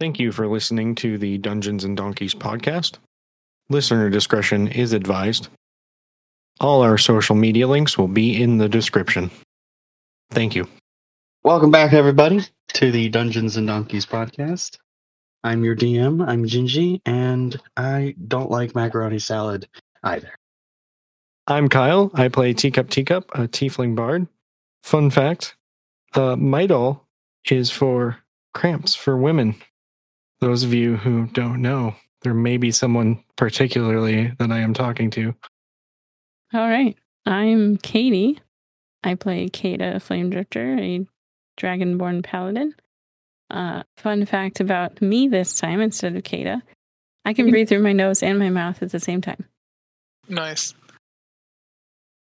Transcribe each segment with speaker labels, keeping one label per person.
Speaker 1: Thank you for listening to the Dungeons and Donkeys podcast. Listener discretion is advised. All our social media links will be in the description. Thank you.
Speaker 2: Welcome back, everybody, to the Dungeons and Donkeys podcast. I'm your DM, I'm Gingy, and I don't like macaroni salad either.
Speaker 1: I'm Kyle. I play Teacup Teacup, a tiefling bard. Fun fact uh, Midol is for cramps for women. Those of you who don't know, there may be someone particularly that I am talking to.
Speaker 3: All right. I'm Katie. I play Kata Flame Drifter, a dragonborn paladin. Uh, fun fact about me this time instead of Kata, I can breathe through my nose and my mouth at the same time.
Speaker 4: Nice.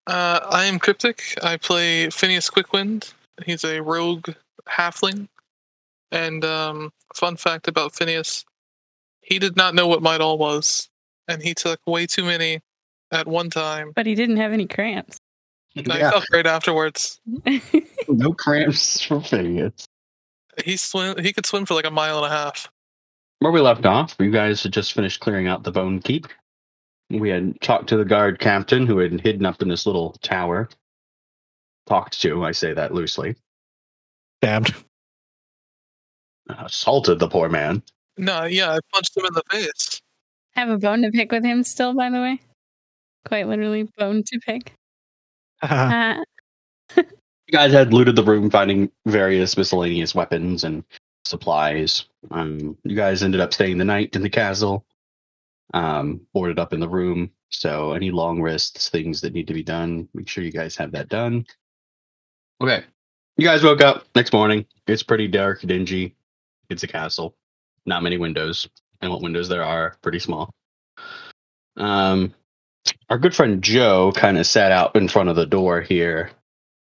Speaker 4: Uh, I am Cryptic. I play Phineas Quickwind. He's a rogue halfling. And um, fun fact about Phineas, he did not know what Midol was, and he took way too many at one time.
Speaker 3: But he didn't have any cramps.
Speaker 4: And I felt great afterwards.
Speaker 2: no cramps for Phineas.
Speaker 4: He swim. He could swim for like a mile and a half.
Speaker 2: Where we left off, you guys had just finished clearing out the bone keep. We had talked to the guard captain who had hidden up in this little tower. Talked to, I say that loosely.
Speaker 1: Dabbed.
Speaker 2: uh, Assaulted the poor man.
Speaker 4: No, yeah, I punched him in the face.
Speaker 3: I have a bone to pick with him still, by the way. Quite literally, bone to pick. Uh,
Speaker 2: You guys had looted the room, finding various miscellaneous weapons and supplies. Um, you guys ended up staying the night in the castle, um, boarded up in the room. So, any long rests, things that need to be done, make sure you guys have that done. Okay. You guys woke up next morning. It's pretty dark, dingy. It's a castle. Not many windows. And what windows there are, pretty small. Um, our good friend Joe kind of sat out in front of the door here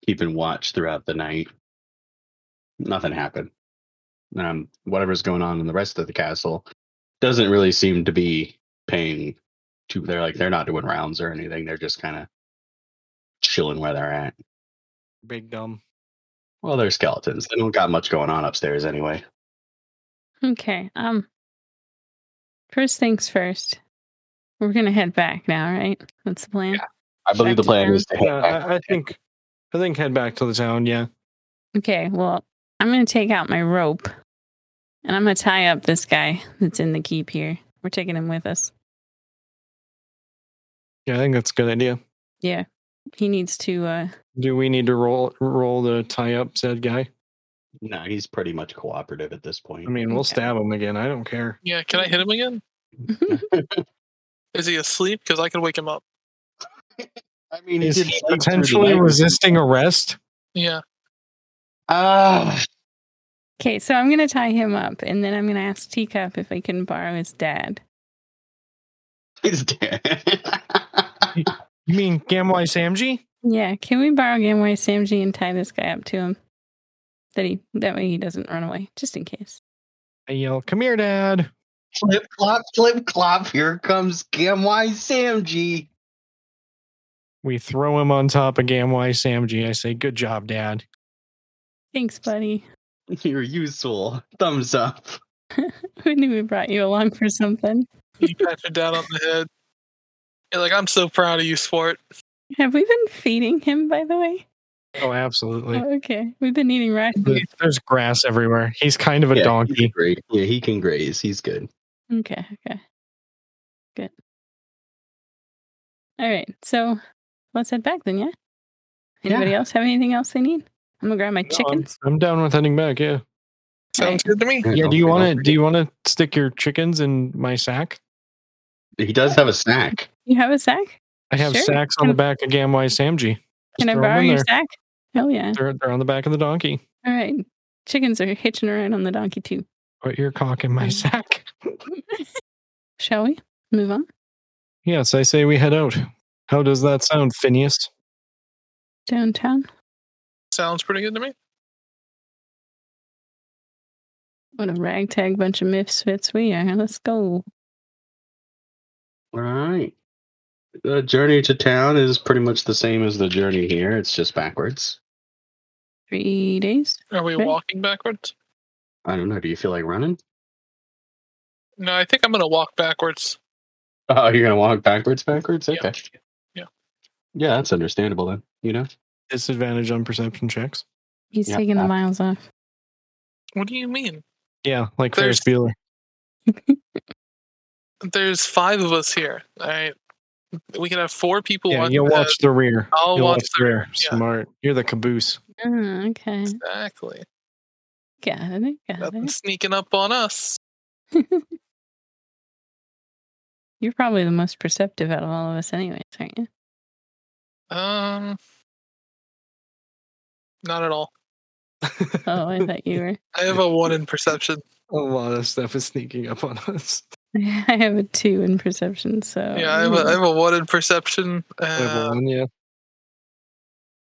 Speaker 2: keeping watch throughout the night. Nothing happened. Um, whatever's going on in the rest of the castle doesn't really seem to be paying to they're like they're not doing rounds or anything. They're just kind of chilling where they're at.
Speaker 1: Big dumb.
Speaker 2: Well, they're skeletons. They don't got much going on upstairs anyway.
Speaker 3: okay. Um. First things first. We're gonna head back now, right? That's the plan.
Speaker 2: I believe the plan is to head
Speaker 1: Yeah,
Speaker 2: back.
Speaker 1: Uh, I, I think I think head back to the town, yeah.
Speaker 3: Okay, well, I'm going to take out my rope and I'm going to tie up this guy that's in the keep here. We're taking him with us.
Speaker 1: Yeah, I think that's a good idea.
Speaker 3: Yeah. He needs to uh
Speaker 1: Do we need to roll roll to tie up said guy?
Speaker 2: No, he's pretty much cooperative at this point.
Speaker 1: I mean, we'll
Speaker 3: Okay.
Speaker 1: stab him again. I don't care.
Speaker 4: Yeah, can I hit him again? Is he asleep? Because I could wake him up.
Speaker 2: I mean,
Speaker 1: Is he potentially resisting arrest?
Speaker 4: Yeah.
Speaker 2: Ah,
Speaker 3: Okay, so I'm going to tie him up and then I'm going to ask Teacup if I can borrow his dad.
Speaker 2: he's dead.
Speaker 1: You mean Gamwai Samji?
Speaker 3: Yeah, can we borrow Gamway Samji and tie this guy up to him? That he that way he doesn't run away, just in case.
Speaker 1: I yell, "Come here, Dad!"
Speaker 2: flip flop, flip clop. Here comes Gamwai Samji.
Speaker 1: We throw him on top of Gamwai Samji. I say, "Good job, Dad."
Speaker 3: Thanks, buddy.
Speaker 2: You're useful. Thumbs up.
Speaker 3: We knew we brought you along for something.
Speaker 4: You pat your dad on the head. You're like, I'm so proud of you, sport.
Speaker 3: Have we been feeding him, by the way?
Speaker 1: Oh, absolutely.
Speaker 3: Oh, okay, we've been eating rations.
Speaker 1: There's- There's grass everywhere. He's kind of a
Speaker 2: He can
Speaker 1: donkey.
Speaker 2: graze. Yeah, he can graze. He's good.
Speaker 3: Okay, okay. Good. All right, so let's head back then, yeah?
Speaker 2: Yeah.
Speaker 3: Anybody else have anything else they need? I'm gonna grab my
Speaker 1: No, I'm,
Speaker 3: chickens.
Speaker 1: I'm down with heading back. Yeah.
Speaker 4: Sounds good to me.
Speaker 1: Yeah. Do you want to? Do you want to stick your chickens in my sack?
Speaker 2: to? He does have a snack.
Speaker 3: You have a sack?
Speaker 1: I have
Speaker 3: Sure.
Speaker 1: sacks on the back of Gamwai Samji. Just
Speaker 3: Can I
Speaker 1: throw 'em
Speaker 3: borrow
Speaker 1: in
Speaker 3: your
Speaker 1: there.
Speaker 3: sack? Hell yeah.
Speaker 1: They're, they're on the back of the donkey.
Speaker 3: All right. Chickens are hitching around on the donkey too.
Speaker 1: Put your cock in my
Speaker 4: Hmm.
Speaker 3: Mhm.
Speaker 1: sack.
Speaker 3: Shall we? Move on.
Speaker 1: Yes, I say we head out. How does that sound, Phineas?
Speaker 3: Downtown.
Speaker 4: Sounds pretty good to me.
Speaker 3: What a ragtag bunch of misfits we are. Let's go.
Speaker 2: All right. The journey to town is pretty much the same as the journey here. It's just backwards.
Speaker 3: Three days.
Speaker 4: Are we
Speaker 3: Okay.
Speaker 4: walking backwards?
Speaker 2: I don't know. Do you feel like running?
Speaker 4: No, I think I'm gonna walk backwards.
Speaker 2: Oh, you're gonna walk backwards, backwards.
Speaker 4: Yeah.
Speaker 2: Okay.
Speaker 4: Yeah.
Speaker 2: Yeah, that's understandable then. You know.
Speaker 1: Disadvantage on perception checks.
Speaker 3: He's
Speaker 2: Yeah.
Speaker 3: taking the miles off.
Speaker 4: What do you mean?
Speaker 1: Yeah, like
Speaker 4: There's-
Speaker 1: Ferris Bueller.
Speaker 4: There's five of us here. All right, we can have four people.
Speaker 1: Yeah,
Speaker 4: watch
Speaker 1: you'll
Speaker 4: the-
Speaker 1: watch the rear.
Speaker 4: I'll
Speaker 1: you'll
Speaker 4: watch the
Speaker 1: rear.
Speaker 4: rear, yeah.
Speaker 1: Smart. You're the caboose.
Speaker 3: Ah, okay.
Speaker 4: Exactly.
Speaker 3: Got it. Got
Speaker 4: Nothing
Speaker 3: it.
Speaker 4: sneaking up on us.
Speaker 3: You're probably the most perceptive out of all of us, anyways, aren't you?
Speaker 4: Um, not at all.
Speaker 3: Oh, I thought you were.
Speaker 4: I have a one in perception.
Speaker 1: a lot of stuff is sneaking up on us.
Speaker 3: I have a two in perception, so
Speaker 4: Yeah, I have a, I have a one in perception. Uh,
Speaker 1: Everyone, yeah.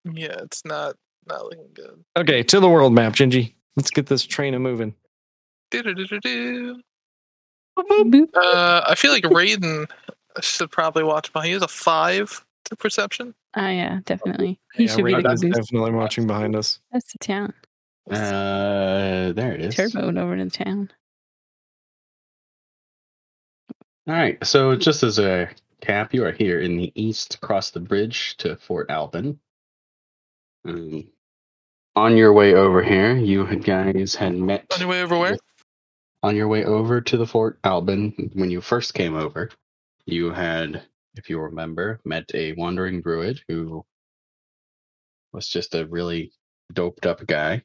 Speaker 4: yeah, it's not not looking good.
Speaker 1: Okay, to the world map, Gingy. Let's get this train a moving.
Speaker 4: Do-do-do-do-do.
Speaker 3: Boop.
Speaker 4: Uh, I feel like Raiden should probably watch behind. He has a five to perception.
Speaker 3: Oh yeah, definitely. He
Speaker 1: yeah,
Speaker 3: should be the
Speaker 1: Raiden's
Speaker 3: caboose.
Speaker 1: definitely watching behind us.
Speaker 3: That's the town.
Speaker 2: Uh, there it is.
Speaker 3: Turboed over to the town.
Speaker 2: All right. So just as a cap, you are here in the east, across the bridge to Fort Alban. Um, on your way over here, you had- guys had met
Speaker 4: On your way over where?
Speaker 2: on your way over to the Fort Alban, when you first came over, you had, if you remember, met a wandering druid who was just a really doped up guy.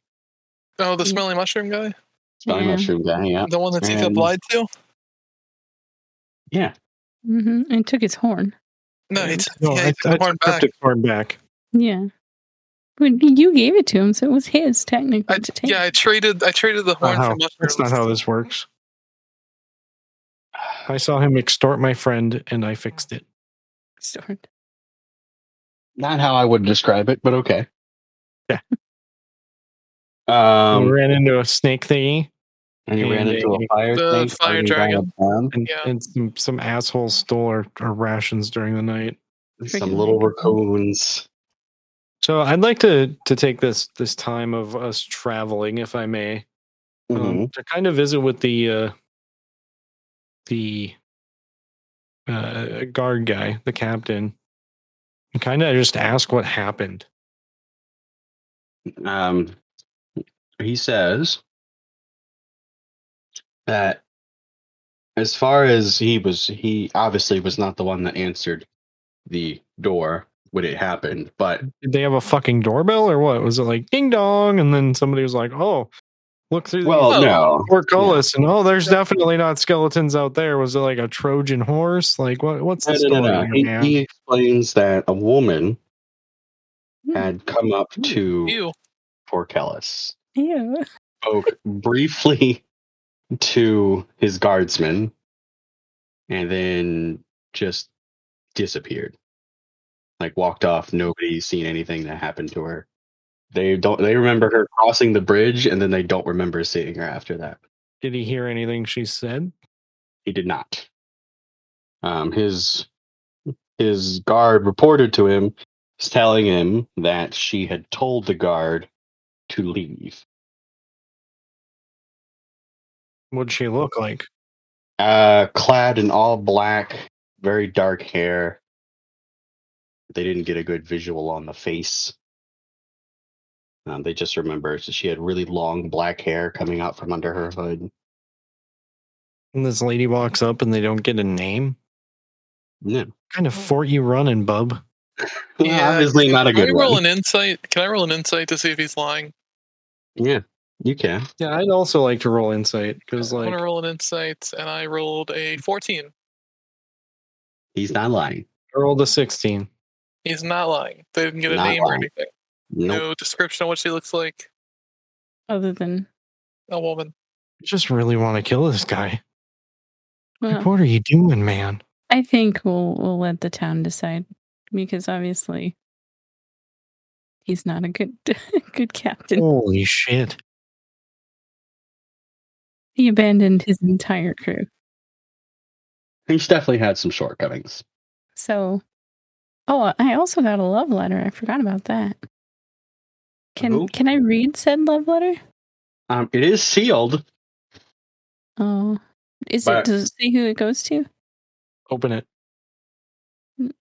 Speaker 4: Oh, the smelly mushroom guy,
Speaker 2: Spy
Speaker 3: Yeah.
Speaker 2: mushroom guy, yeah.
Speaker 4: the one that Teacup
Speaker 2: And-
Speaker 4: lied to.
Speaker 2: Yeah.
Speaker 3: hmm And took his horn.
Speaker 4: No, he t-
Speaker 1: No,
Speaker 4: yeah,
Speaker 1: I,
Speaker 4: he took the
Speaker 1: I
Speaker 4: horn back.
Speaker 1: took horn back.
Speaker 3: Yeah. But you gave it to him, so it was his technically.
Speaker 4: I,
Speaker 3: to take.
Speaker 4: yeah, I traded. I traded the horn
Speaker 1: Not how-
Speaker 4: for mushrooms.
Speaker 1: Uh-huh. that's not how this works. I saw him extort my friend, and I fixed it.
Speaker 3: Sword.
Speaker 2: Not how I would describe it, but okay.
Speaker 1: Yeah. I
Speaker 2: Um,
Speaker 1: ran into a snake thingy,
Speaker 2: and you ran
Speaker 1: and
Speaker 2: into a
Speaker 1: a-
Speaker 2: fire,
Speaker 4: The
Speaker 2: thing,
Speaker 4: fire
Speaker 2: so you got
Speaker 4: dragon.
Speaker 2: down.
Speaker 1: and,
Speaker 4: Yeah.
Speaker 1: and some, some asshole stole our, our rations during the night.
Speaker 2: some
Speaker 3: Freaking
Speaker 2: little
Speaker 3: dragon.
Speaker 1: Oh,
Speaker 2: raccoons.
Speaker 1: So I'd like to to take this this time of us traveling, if I may, um,
Speaker 2: Mhm.
Speaker 1: to kind of visit with the uh, the uh, guard guy, the captain, and kind of just ask what happened.
Speaker 2: um, he says that as far as he was, he obviously was not the one that answered the door when it happened, but
Speaker 1: Did they have a fucking doorbell or what? Was it like ding dong? And then somebody was like, "Oh, look through the
Speaker 2: well, no,
Speaker 1: portcullis," and oh, there's definitely not skeletons out there. Was it like a Trojan horse? Like what? What's
Speaker 2: no,
Speaker 1: the
Speaker 2: no,
Speaker 1: story?
Speaker 2: no, no.
Speaker 1: here,
Speaker 2: He,
Speaker 1: man?
Speaker 2: he explains that a woman
Speaker 3: Hmm.
Speaker 2: had come up to
Speaker 4: You.
Speaker 2: Porcellus,
Speaker 3: Ew.
Speaker 2: spoke briefly to his guardsman, and then just disappeared. Like walked off. Nobody's seen anything that happened to her. They don't. They remember her crossing the bridge, and then they don't remember seeing her after that.
Speaker 1: Did he hear anything she said?
Speaker 2: He did not. Um, his his guard reported to him, telling him that she had told the guard to leave.
Speaker 1: What'd she look like?
Speaker 2: uh clad in all black very dark hair they didn't get a good visual on the face um, they just remember she had really long black hair coming out from under her hood
Speaker 1: And this lady walks up and they don't get a name.
Speaker 2: yeah.
Speaker 1: kind of
Speaker 4: Oh.
Speaker 1: fort you running, bub?
Speaker 4: Yeah,
Speaker 2: obviously not a
Speaker 4: Can I
Speaker 2: good
Speaker 4: roll
Speaker 2: one
Speaker 4: an insight? Can I roll an insight to see if he's lying?
Speaker 2: yeah you can
Speaker 1: Yeah, I'd also like to roll insight because
Speaker 4: I
Speaker 1: like
Speaker 4: want to roll an insight, and I rolled a fourteen.
Speaker 2: he's not lying
Speaker 1: I rolled a sixteen.
Speaker 4: He's not lying. They didn't get a
Speaker 2: Not
Speaker 4: name or
Speaker 2: lying.
Speaker 4: anything.
Speaker 2: nope.
Speaker 4: No description of what she looks like.
Speaker 3: Other than
Speaker 4: A woman.
Speaker 1: I just really want to kill this guy. Like,
Speaker 4: Uh-huh.
Speaker 3: well,
Speaker 1: what are you doing, man?
Speaker 3: I think we'll we'll let the town decide because obviously he's not a good good captain.
Speaker 1: Holy shit!
Speaker 3: He abandoned his entire crew.
Speaker 2: he's definitely had some shortcomings
Speaker 3: So, oh, I also got a love letter. I forgot about that. Can
Speaker 2: Who?
Speaker 3: can I read said love letter?
Speaker 2: um it is sealed
Speaker 3: Oh, Is
Speaker 2: But-
Speaker 3: it? Does it say who it goes to?
Speaker 1: Open it.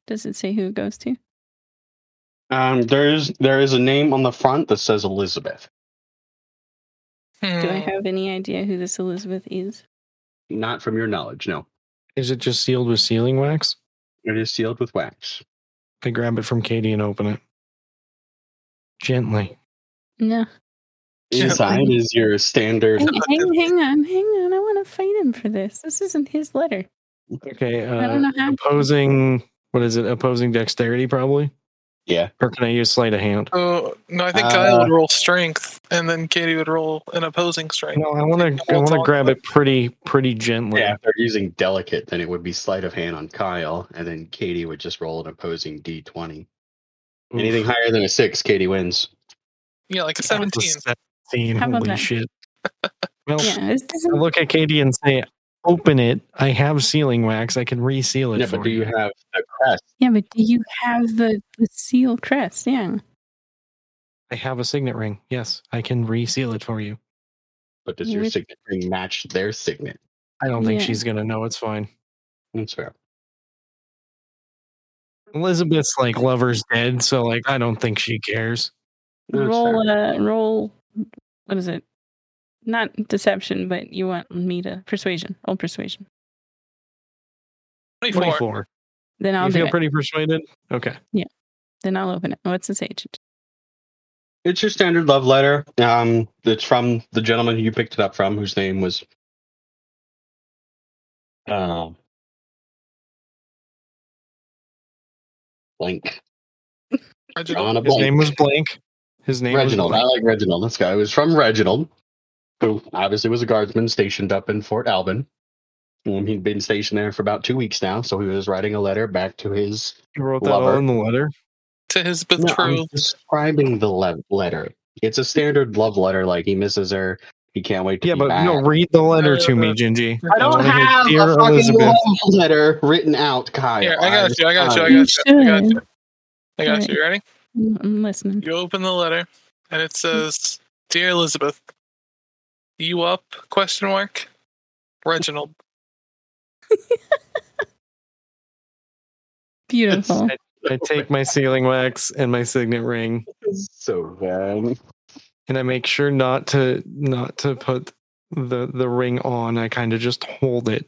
Speaker 3: Does it say who it goes to?
Speaker 2: Um, there's there is a name on the front that says Elizabeth.
Speaker 3: Do I
Speaker 4: Hmm.
Speaker 3: have any idea who this Elizabeth is?
Speaker 2: Not from your knowledge, no.
Speaker 1: Is it just sealed with sealing wax?
Speaker 2: It is sealed with wax.
Speaker 1: I grab it from Katie and open it gently.
Speaker 3: No.
Speaker 4: Yeah.
Speaker 2: Inside is your standard.
Speaker 3: Hang, hang, hang on, hang on. I want to fight him for this. This isn't his letter.
Speaker 1: Okay.
Speaker 3: I don't
Speaker 1: Uh,
Speaker 3: know how.
Speaker 1: opposing. What is it? Opposing dexterity, probably.
Speaker 2: Yeah.
Speaker 1: Or can I use sleight of hand?
Speaker 4: So no, I think Kyle
Speaker 2: Uh,
Speaker 4: would roll strength, and then Katie would roll an opposing strength.
Speaker 1: No, I want to. I want to grab it pretty, pretty gently.
Speaker 2: Yeah, if they're using delicate, then it would be sleight of hand on Kyle, and then Katie would just roll an opposing D20.
Speaker 1: Oof.
Speaker 2: Anything higher than a six, Katie wins.
Speaker 4: Yeah, like
Speaker 1: That
Speaker 4: a
Speaker 1: was
Speaker 4: seventeen.
Speaker 1: 17,
Speaker 3: How about
Speaker 1: Holy
Speaker 3: that?
Speaker 1: shit. Well,
Speaker 3: Yeah, this doesn't-
Speaker 1: I look at Katie and say, "Open it. I have sealing wax. I can reseal it
Speaker 2: Yeah,
Speaker 1: for
Speaker 2: but do
Speaker 1: you."
Speaker 2: you have the crest?
Speaker 3: yeah, but do you have the, the seal crest? Yeah.
Speaker 1: I have a signet ring. Yes, I can reseal it for you.
Speaker 2: But does your
Speaker 3: With-
Speaker 2: signet ring match their signet?
Speaker 1: I don't think
Speaker 3: Yeah.
Speaker 1: she's gonna know. It's fine.
Speaker 2: That's fair.
Speaker 1: Elizabeth's like lover's dead, so like I don't think she cares.
Speaker 2: That's
Speaker 3: roll, uh, roll, what is it? Not deception, but you want me to persuasion. Roll persuasion.
Speaker 4: Twenty-four.
Speaker 1: Twenty-four.
Speaker 3: Then I'll
Speaker 1: you
Speaker 3: do
Speaker 1: feel
Speaker 3: it.
Speaker 1: pretty persuaded. Okay.
Speaker 3: Then I'll open it. What's this agent?
Speaker 2: It's your standard love letter. Um, it's from the gentleman who you picked it up from, whose name was. Um. Blank.
Speaker 4: Reginald.
Speaker 2: John a
Speaker 1: His
Speaker 2: blank.
Speaker 1: name was Blank. His name
Speaker 2: Reginald.
Speaker 1: was
Speaker 2: I
Speaker 1: Blank.
Speaker 2: like Reginald. This guy was from Reginald, who obviously was a guardsman stationed up in Fort Alban. Um, he'd been stationed there for about two weeks now, so he was writing a letter back to his.
Speaker 1: You wrote that all
Speaker 2: Lover.
Speaker 1: in the letter.
Speaker 4: to his
Speaker 2: No, I'm
Speaker 4: betrothed.
Speaker 2: describing the le- letter. It's a standard love letter. Like he misses her. He can't wait to
Speaker 1: Yeah,
Speaker 2: be
Speaker 1: but
Speaker 2: back.
Speaker 1: no, read the letter to me,
Speaker 4: Uh,
Speaker 1: Gingy.
Speaker 2: I don't
Speaker 1: wanna hear
Speaker 2: have
Speaker 1: Dear
Speaker 2: a fucking
Speaker 1: Elizabeth.
Speaker 2: love letter written out, Kyle.
Speaker 4: Here, I got you. I got you. I
Speaker 2: I'm
Speaker 4: got you. I got
Speaker 3: You
Speaker 4: you. I got
Speaker 3: should.
Speaker 4: you. You ready?
Speaker 3: I'm I'm listening.
Speaker 4: You open the letter, and
Speaker 1: Hmm.
Speaker 4: it says, "Dear Elizabeth, you up?" Question mark. Reginald.
Speaker 3: Beautiful.
Speaker 1: I take my sealing wax and my signet ring
Speaker 2: so bad.
Speaker 1: and I make sure not to not to put the the ring on. I kind of just hold it,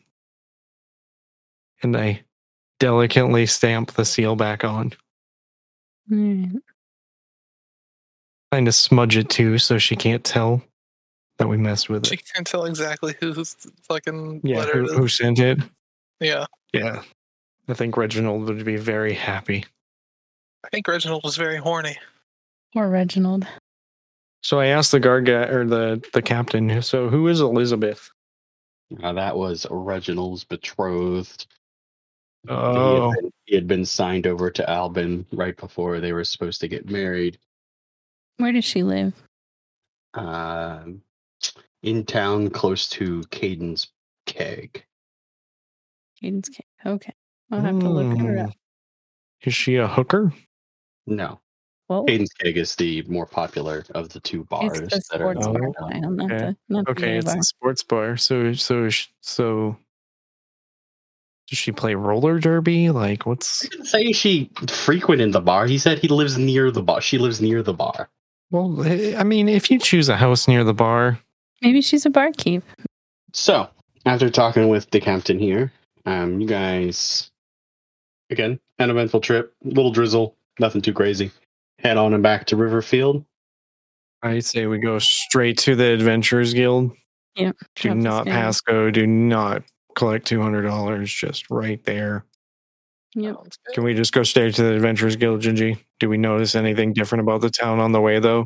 Speaker 1: and I delicately stamp the seal back on.
Speaker 3: Alright.
Speaker 1: Kind of smudge it too, so she can't tell that we messed with
Speaker 4: She
Speaker 1: it.
Speaker 4: can't tell exactly whose fucking
Speaker 1: Hmm. Yeah,
Speaker 4: letter
Speaker 1: who,
Speaker 4: it is.
Speaker 1: who sent it?
Speaker 4: Yeah,
Speaker 1: Yeah, I think Reginald would be very happy.
Speaker 4: I think Reginald was very horny.
Speaker 3: Or Reginald.
Speaker 1: So I asked the guard guy or the the captain. So who is Elizabeth?
Speaker 2: Uh, that was Reginald's betrothed.
Speaker 1: Oh,
Speaker 2: He, had been, he had been signed over to Albin right before they were supposed to get married.
Speaker 3: Where does she live?
Speaker 2: Um in town, close to Caden's keg.
Speaker 3: Caden's Cave. Okay. I'll have to look her up.
Speaker 1: is she a hooker?
Speaker 2: No,
Speaker 3: Well,
Speaker 2: Caden's keg is the more popular of the two bars
Speaker 3: it's Oh. the
Speaker 2: that are.
Speaker 3: sports
Speaker 1: Oh,
Speaker 3: bar. Kyle, not
Speaker 1: okay.
Speaker 3: the, not the
Speaker 1: Okay,
Speaker 3: gay
Speaker 1: it's
Speaker 3: bar.
Speaker 1: a sports bar. So so sh- so does she play roller derby? Like what's
Speaker 2: He didn't say she frequented the bar. He said he lives near the bar. She lives near the bar.
Speaker 1: well I I mean if you choose a house near the bar,
Speaker 3: Maybe she's a barkeep.
Speaker 2: So, after talking with the captain here, um, you guys, again, an eventful trip, little drizzle, nothing too crazy. Head on and back to Riverfield.
Speaker 1: I say we go straight to the Adventurers Guild.
Speaker 3: Yep,
Speaker 1: Do
Speaker 3: drop this
Speaker 1: not
Speaker 3: guy.
Speaker 1: pass go, do not collect two hundred dollars just right there.
Speaker 3: Yep.
Speaker 4: Sounds good.
Speaker 1: Can we just go straight to the Adventurers Guild, Gingy? Do we notice anything different about the town on the way though?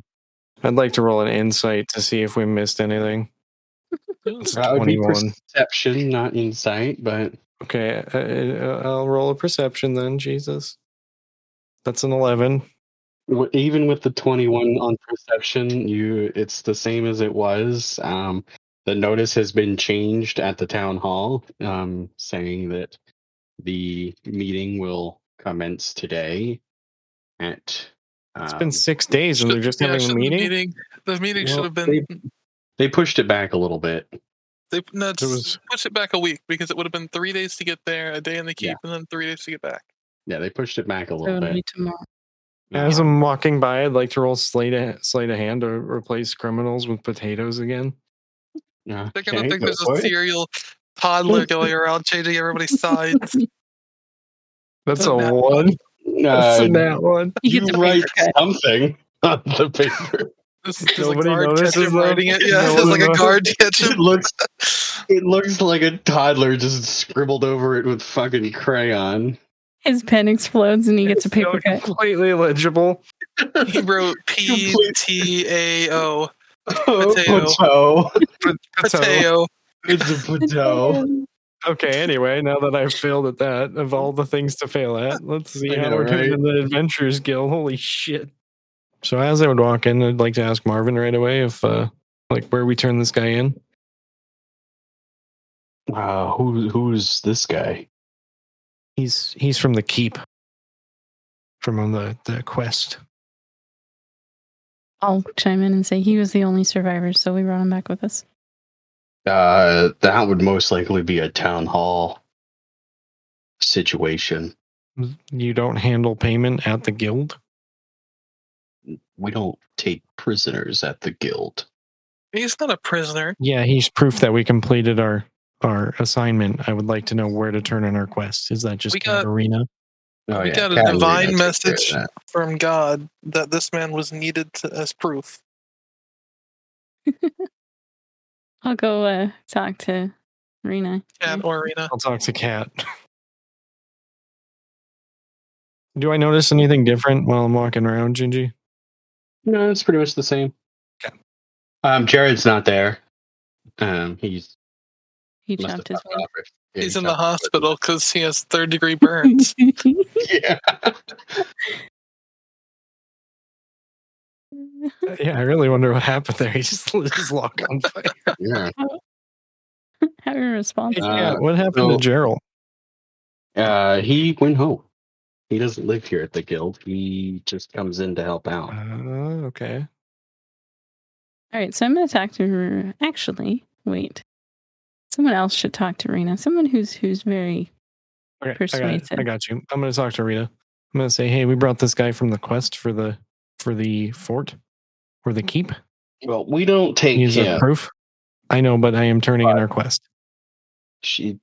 Speaker 1: I'd like to roll an insight to see if we missed anything. It's
Speaker 2: That would be
Speaker 1: 21.
Speaker 2: perception, not insight, but
Speaker 1: Okay, uh, uh, I'll roll a perception then. Jesus, that's an eleven.
Speaker 2: w- even with the 21 on perception, you it's the same as it was. Um, the notice has been changed at the town hall, um, saying that the meeting will commence today at.
Speaker 1: It's
Speaker 2: um,
Speaker 1: been six days, and they're just
Speaker 4: Yeah,
Speaker 1: having a
Speaker 4: shouldn't
Speaker 1: meeting.
Speaker 4: The meeting, the meeting
Speaker 2: Well,
Speaker 4: should have been.
Speaker 2: they pushed it back a little bit.
Speaker 4: They no, just
Speaker 1: was-
Speaker 4: push it back a week because it would have been three days to get there, a day in the keep,
Speaker 2: Yeah.
Speaker 4: and then three days to get back.
Speaker 2: Yeah, they pushed it back a
Speaker 3: So
Speaker 2: little
Speaker 3: it'll be
Speaker 2: bit.
Speaker 3: tomorrow.
Speaker 1: As
Speaker 2: Um,
Speaker 1: I'm walking by, I'd like to roll slate a, slate a hand to replace criminals with potatoes again.
Speaker 2: yeah,
Speaker 4: They're gonna
Speaker 2: okay,
Speaker 4: think
Speaker 2: go
Speaker 4: there's
Speaker 2: for
Speaker 4: a
Speaker 2: it.
Speaker 4: serial toddler going around changing everybody's sides.
Speaker 1: That's a
Speaker 4: Oh, no.
Speaker 1: one. That's
Speaker 2: Uh,
Speaker 1: a nat one.
Speaker 3: He
Speaker 2: you
Speaker 3: gets a
Speaker 2: write
Speaker 3: paper cut.
Speaker 2: something on the paper.
Speaker 4: This is a
Speaker 1: Nobody
Speaker 4: guard catch
Speaker 1: notices
Speaker 4: him
Speaker 1: them?
Speaker 4: writing it. Yeah,
Speaker 1: No
Speaker 4: it's
Speaker 1: one
Speaker 4: like a
Speaker 1: knows.
Speaker 4: guard catch
Speaker 2: it
Speaker 4: him.
Speaker 2: looks it looks like a toddler just scribbled over it with fucking crayon.
Speaker 3: His pen explodes and he gets a
Speaker 1: It's so
Speaker 3: paper cut.
Speaker 1: Completely legible.
Speaker 4: He wrote P
Speaker 2: Complete-
Speaker 4: T A O Potato.
Speaker 2: Potato.
Speaker 4: Pateo.
Speaker 2: It's a potato.
Speaker 1: Okay, anyway, now that I've failed at that, of all the things to fail at, let's see
Speaker 2: I
Speaker 1: how
Speaker 2: know,
Speaker 1: we're doing
Speaker 2: right?
Speaker 1: in the Adventurers Guild. Holy shit. So as I would walk in, I'd like to ask Marvin right away if uh like where we turn this guy in.
Speaker 2: Wow, who who's this guy?
Speaker 1: He's he's from the keep. From on the, the quest.
Speaker 3: I'll chime in and say he was the only survivor, so we brought him back with us.
Speaker 2: Uh, that would most likely be a town hall situation.
Speaker 1: You don't handle payment at the guild?
Speaker 2: We don't take prisoners at the guild.
Speaker 4: He's not a prisoner.
Speaker 1: Yeah, he's proof that we completed our our assignment. I would like to know where to turn in our quest. Is that just
Speaker 4: We got-
Speaker 1: Arena?
Speaker 2: Oh,
Speaker 4: We got a
Speaker 2: Catalina
Speaker 4: divine
Speaker 2: takes care of
Speaker 4: message.
Speaker 2: that.
Speaker 4: From God, that this man was needed to, as proof.
Speaker 3: I'll go uh, talk to Rena.
Speaker 4: Cat or Arena.
Speaker 1: I'll talk to Kat. Do I notice anything different while I'm walking around, Gingy?
Speaker 2: No, it's pretty much the same.
Speaker 1: Okay.
Speaker 2: Um, Jared's not there. Um, he's
Speaker 3: He
Speaker 2: must have
Speaker 3: chopped his
Speaker 2: popped off or- yeah,
Speaker 4: He's
Speaker 2: he
Speaker 4: in the
Speaker 2: chopped off.
Speaker 4: hospital because he has third degree
Speaker 3: wing.
Speaker 4: burns.
Speaker 2: Yeah.
Speaker 1: Yeah, I really wonder what happened there. He just lit his lock on fire.
Speaker 2: yeah.
Speaker 3: How irresponsible.
Speaker 1: yeah,
Speaker 2: Uh,
Speaker 1: what happened
Speaker 2: so-
Speaker 1: to Gerald?
Speaker 2: Uh, he went home. He doesn't live here at the guild. He just comes in to help out.
Speaker 1: Uh, okay.
Speaker 3: All right, so I'm going to talk to her. Actually, wait. Someone else should talk to Rena. Someone who's who's very
Speaker 1: Okay, I got,
Speaker 3: Persuasive.
Speaker 1: I got you. I'm gonna talk to Rita. I'm gonna say, hey, we brought this guy from the quest for the for the fort or the keep.
Speaker 2: Well, we don't take
Speaker 1: He's a
Speaker 2: him.
Speaker 1: proof. I know, but I am turning in our quest.
Speaker 2: She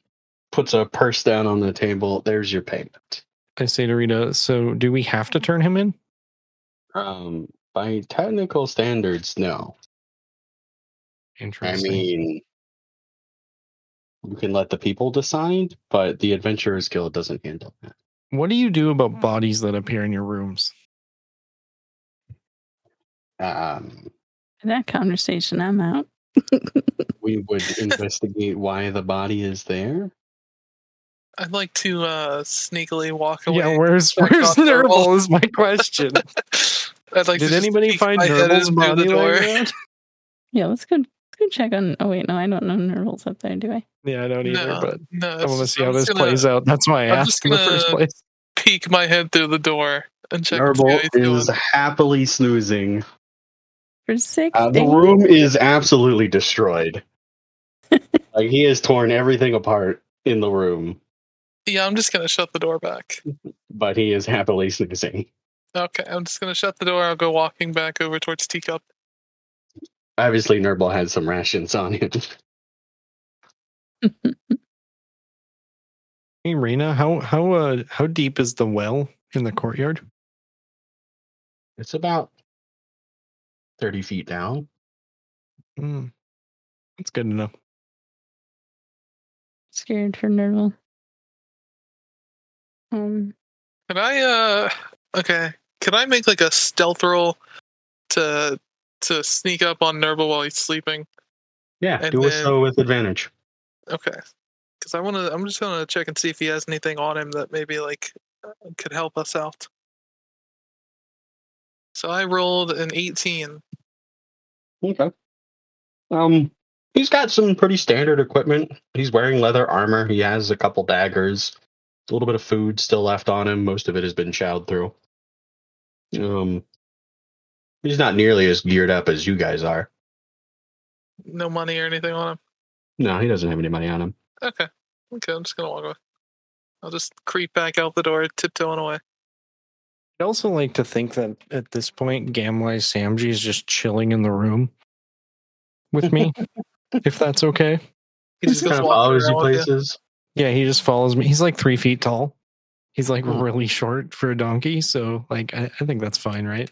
Speaker 2: puts a purse down on the table. There's your payment.
Speaker 1: I say to Rita, so do we have to turn him in?
Speaker 2: Um, by technical standards, no. I
Speaker 1: Interesting.
Speaker 2: mean, you can let the people decide, but the Adventurers Guild doesn't handle that.
Speaker 1: what do you do about bodies that appear in your rooms?
Speaker 2: Um,
Speaker 3: that conversation. I'm out.
Speaker 2: we would investigate why the body is there.
Speaker 4: I'd like to uh, sneakily walk away.
Speaker 1: Yeah, where's
Speaker 4: Back
Speaker 1: where's
Speaker 4: off the wall.
Speaker 1: Nurgle is my question.
Speaker 4: I'd like
Speaker 1: Did
Speaker 4: to just
Speaker 1: anybody
Speaker 4: peek
Speaker 1: find
Speaker 4: my head
Speaker 1: Nurble's
Speaker 4: in through
Speaker 1: body
Speaker 4: the door.
Speaker 1: lying around?
Speaker 3: Yeah, let's go. Let's go check on. Oh wait, no, I don't know Nurgle's up there, do I?
Speaker 1: Yeah, I don't either,
Speaker 4: No,
Speaker 1: but
Speaker 4: no,
Speaker 1: I
Speaker 4: it's
Speaker 1: want to
Speaker 4: just-
Speaker 1: see how
Speaker 4: I'm
Speaker 1: this
Speaker 4: just gonna
Speaker 1: plays out. That's why I
Speaker 4: I'm
Speaker 1: asked
Speaker 4: just
Speaker 1: in the first
Speaker 4: gonna-
Speaker 1: place.
Speaker 4: Peek my head through the door and check. and see how
Speaker 2: Nurbel
Speaker 4: he's doing.
Speaker 2: is happily snoozing.
Speaker 3: For six
Speaker 2: Uh, the
Speaker 3: days.
Speaker 2: room is absolutely destroyed. like he has torn everything apart in the room,
Speaker 4: Yeah, I'm just gonna shut the door back.
Speaker 2: but he is happily snoozing.
Speaker 4: Okay, I'm just gonna shut the door. I'll go walking back over towards teacup.
Speaker 2: Obviously, Nurbel had some rations on him.
Speaker 1: Hey, Rena, how how uh how deep is the well in the courtyard?
Speaker 2: It's about thirty feet down.
Speaker 1: Hmm. That's good enough.
Speaker 3: scared for Nurgle. Um,
Speaker 4: Can I? uh Okay, can I make like a stealth roll to to sneak up on Nurble while he's sleeping?
Speaker 2: Yeah,
Speaker 4: And
Speaker 2: do it
Speaker 4: then-
Speaker 2: so with advantage.
Speaker 4: Okay, because I want to. I'm just gonna check and see if he has anything on him that maybe like uh, could help us out. So I rolled an 18.
Speaker 2: Okay. Um, he's got some pretty standard equipment. He's wearing leather armor. He has a couple daggers. A little bit of food still left on him. Most of it has been chowed through. Um, he's not nearly as geared up as you guys are.
Speaker 4: No money or anything on him.
Speaker 2: No, he doesn't have anybody on him.
Speaker 4: Okay. Okay, I'm just gonna walk away. I'll just creep back out the door, tiptoeing away.
Speaker 1: I'd also like to think that at this point, Gamwise Samji is just chilling in the room with me, if that's okay.
Speaker 4: He just goes
Speaker 2: Kind of
Speaker 4: walking
Speaker 2: follows you
Speaker 4: around. with you.
Speaker 2: places.
Speaker 1: Yeah, he just follows me. He's like three feet tall. He's like really short for a donkey. So, like, I, I think that's fine, right?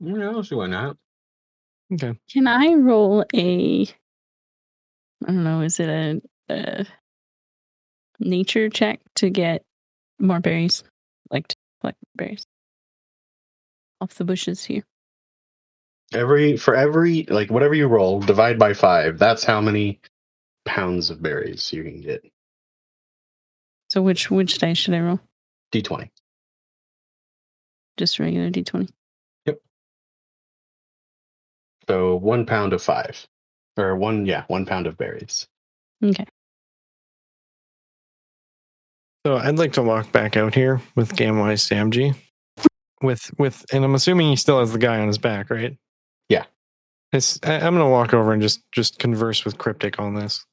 Speaker 2: You know, so why not?
Speaker 1: Okay.
Speaker 3: Can I roll a? I don't know. Is it a, a nature check to get more berries, like to collect berries off the bushes here?
Speaker 2: Every for every like whatever you roll, divide by five. That's how many pounds of berries you can get.
Speaker 3: So which which dice should I roll?
Speaker 2: D twenty.
Speaker 3: Just regular d twenty.
Speaker 2: So one pound of five, or one yeah, one pound of berries.
Speaker 3: Okay.
Speaker 1: So, I'd like to walk back out here with Gamwise Samji. With, with, and I'm assuming he still has the guy on his back, right?
Speaker 2: Yeah.
Speaker 1: It's, I, I'm going to walk over and just, just converse with Cryptic on this.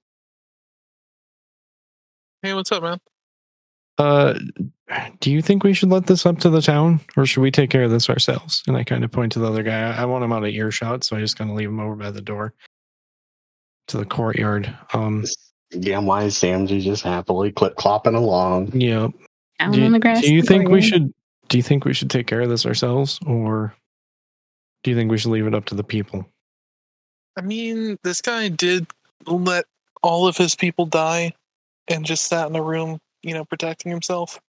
Speaker 4: Hey, what's up, man?
Speaker 1: Uh, do you think we should let this up to the town, or should we take care of this ourselves? And I kind of point to the other guy. I, I want him out of earshot, so I just kind of leave him over by the door to the courtyard. Um,
Speaker 2: Gamwise Samji just happily clip clopping along.
Speaker 1: yeah.
Speaker 3: Down
Speaker 1: Do,
Speaker 3: on the grass.
Speaker 1: do you think
Speaker 3: before
Speaker 1: we
Speaker 3: you.
Speaker 1: should? Do you think we should take care of this ourselves, or do you think we should leave it up to the people?
Speaker 4: I mean, this guy did let all of his people die, and just sat in a room, you know, protecting himself.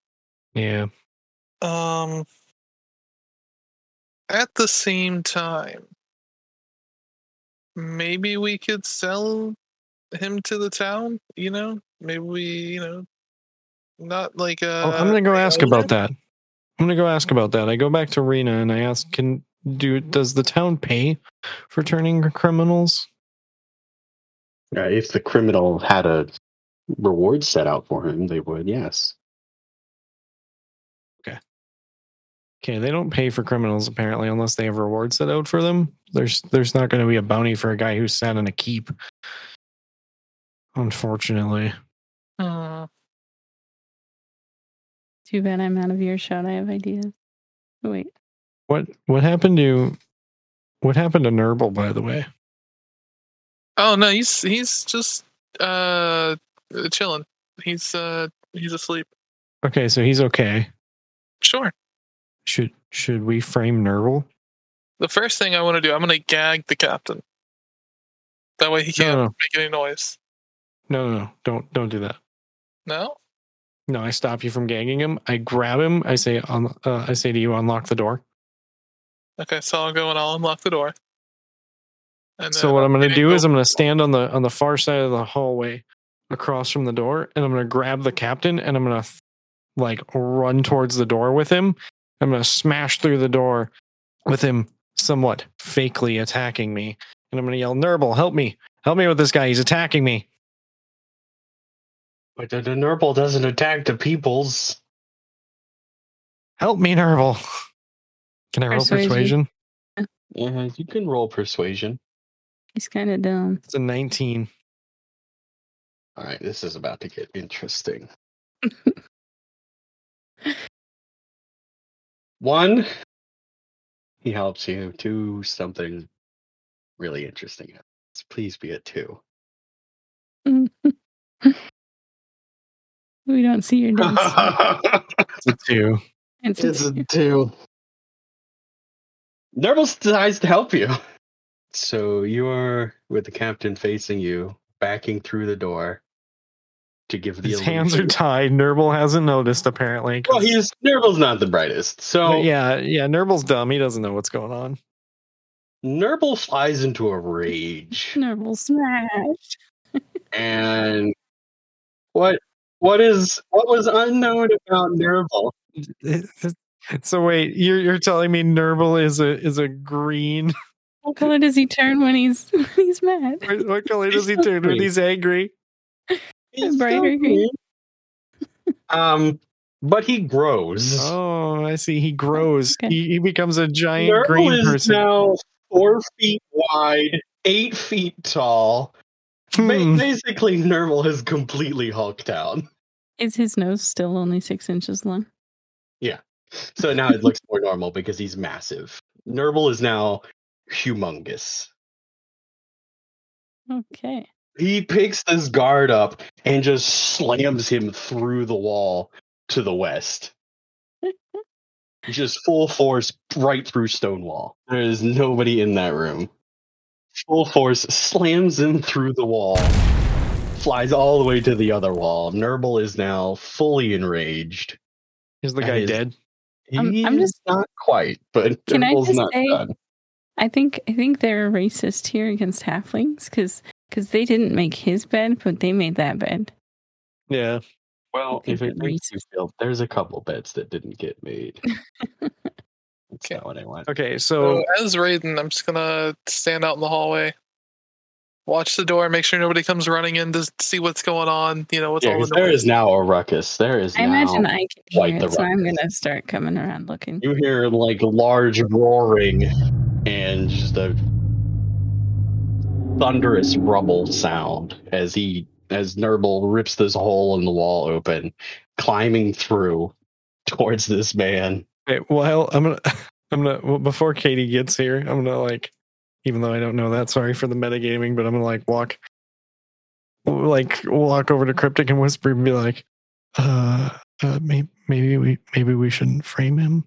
Speaker 1: Yeah.
Speaker 4: Um. At the same time, maybe we could sell him to the town. You know, maybe we, you know, not like uh.
Speaker 1: Oh, I'm gonna go
Speaker 4: I
Speaker 1: ask
Speaker 4: own
Speaker 1: about
Speaker 4: it.
Speaker 1: that. I'm gonna go ask about that. I go back to Rena and I ask, "Can do? Does the town pay for turning criminals?"
Speaker 2: Uh, if the criminal had a reward set out for him, they would yes.
Speaker 1: Okay, they don't pay for criminals apparently unless they have rewards set out for them. There's there's not going to be a bounty for a guy who sat in a keep. Unfortunately,
Speaker 4: Hmm.
Speaker 3: Too bad I'm out of earshot. I have ideas. Oh, Wait.
Speaker 1: what what happened to what happened to Nurble by the way?
Speaker 4: Oh no, he's he's just uh chilling. He's uh he's asleep.
Speaker 1: Okay, so he's okay.
Speaker 4: Sure.
Speaker 1: Should should we frame Nurble?
Speaker 4: The first thing I want to do, I'm gonna gag the captain. That way he can't
Speaker 1: no,
Speaker 4: make any noise.
Speaker 1: no, no, no, don't don't do that.
Speaker 4: No.
Speaker 1: No, I stop you from gagging him. I grab him. I say un- uh, I say to you, unlock the door.
Speaker 4: Okay, so I'll go and I'll unlock the door. And
Speaker 1: So
Speaker 4: then
Speaker 1: what I'm going to
Speaker 4: gonna
Speaker 1: do is
Speaker 4: go-
Speaker 1: I'm going to stand on the on the far side of the hallway, across from the door, and I'm going to grab the captain and I'm going to like run towards the door with him. I'm going to smash through the door with him somewhat fakely attacking me, and I'm going to yell, "Nurble, help me! Help me with this guy! He's attacking me!"
Speaker 2: But the, the Nurple doesn't attack the peoples.
Speaker 1: Help me, Nurble! Can I roll
Speaker 3: Persuasion.
Speaker 1: persuasion?
Speaker 2: Yeah, you can roll persuasion.
Speaker 3: He's kind of dumb.
Speaker 1: It's a 19.
Speaker 2: All right, this is about to get interesting. One, he helps you. Two, something really interesting. happens. Please be a two.
Speaker 3: We don't see your dice.
Speaker 1: It's a two.
Speaker 3: It's a
Speaker 2: it's a
Speaker 3: two.
Speaker 2: two. Nerval decides to help you. So you are with the captain facing you, backing through the door to give the
Speaker 1: His hands are
Speaker 2: illusion-
Speaker 1: tied. Nurble hasn't noticed apparently. 'cause-
Speaker 2: Well, he's Nurbal's not the brightest. So
Speaker 1: But yeah, yeah. Nurble's dumb. He doesn't know what's going on.
Speaker 2: Nurble flies into a rage.
Speaker 3: Nerval smash.
Speaker 2: and what what is what was unknown about Nurble?
Speaker 1: so wait, you're you're telling me Nurble is a is a green?
Speaker 3: What color does he turn when he's when he's mad?
Speaker 1: What what color does he
Speaker 2: He's so
Speaker 1: turn when
Speaker 2: green.
Speaker 1: he's angry?
Speaker 2: He's
Speaker 3: Brighter
Speaker 2: so
Speaker 3: green.
Speaker 2: green. um but he grows.
Speaker 1: Oh, I see. He grows.
Speaker 3: Okay.
Speaker 1: He, he becomes a giant
Speaker 2: Nurgle
Speaker 1: green
Speaker 2: is
Speaker 1: person.
Speaker 2: now four feet wide, eight feet tall,
Speaker 1: Hmm.
Speaker 2: Basically, Nermal has completely hulked out.
Speaker 3: Is his nose still only six inches long?
Speaker 2: So now it looks more normal because he's massive. Nermal is now humongous.
Speaker 3: Okay.
Speaker 2: He picks this guard up and just slams him through the wall to the west. just full force right through Stonewall. There is nobody in that room. Full force slams him through the wall, flies all the way to the other wall. Nermal is now fully enraged.
Speaker 1: Is the
Speaker 2: That
Speaker 1: guy
Speaker 2: is-
Speaker 1: dead?
Speaker 3: I'm-
Speaker 2: He
Speaker 3: Um, I'm
Speaker 2: is
Speaker 3: just-
Speaker 2: not quite, but
Speaker 3: Can I
Speaker 2: Nermal's
Speaker 3: just
Speaker 2: not
Speaker 3: say-
Speaker 2: done.
Speaker 3: I think I think they're racist here against halflings because they didn't make his bed, but they made that bed.
Speaker 1: Yeah.
Speaker 2: Well,
Speaker 3: think
Speaker 2: Oh, if it
Speaker 3: it
Speaker 2: makes you
Speaker 3: raises-
Speaker 2: feel, there's a couple bets that didn't get made. That's
Speaker 4: Okay.
Speaker 2: not what I want.
Speaker 1: Okay,
Speaker 4: So
Speaker 1: so
Speaker 4: as Raiden, I'm just gonna stand out in the hallway, watch the door, make sure nobody comes running in to see what's going on. You know what's
Speaker 2: Yeah,
Speaker 4: all
Speaker 2: 'cause
Speaker 4: the
Speaker 2: there
Speaker 4: noise.
Speaker 2: is now a ruckus. There is now.
Speaker 3: I imagine I can
Speaker 2: quite
Speaker 3: hear
Speaker 2: the
Speaker 3: it, so I'm
Speaker 2: ruckus.
Speaker 3: gonna start coming around looking.
Speaker 2: you hear like large roaring and just a thunderous rubble sound as he as Nurbel rips this hole in the wall open, climbing through towards this man.
Speaker 1: okay, well, I'm gonna, I'm gonna well, before Katie gets here, I'm gonna like, even though I don't know that, sorry for the metagaming, but I'm gonna like walk, like walk over to Cryptic and whisper and be like, uh, uh maybe, maybe we, maybe we shouldn't frame him.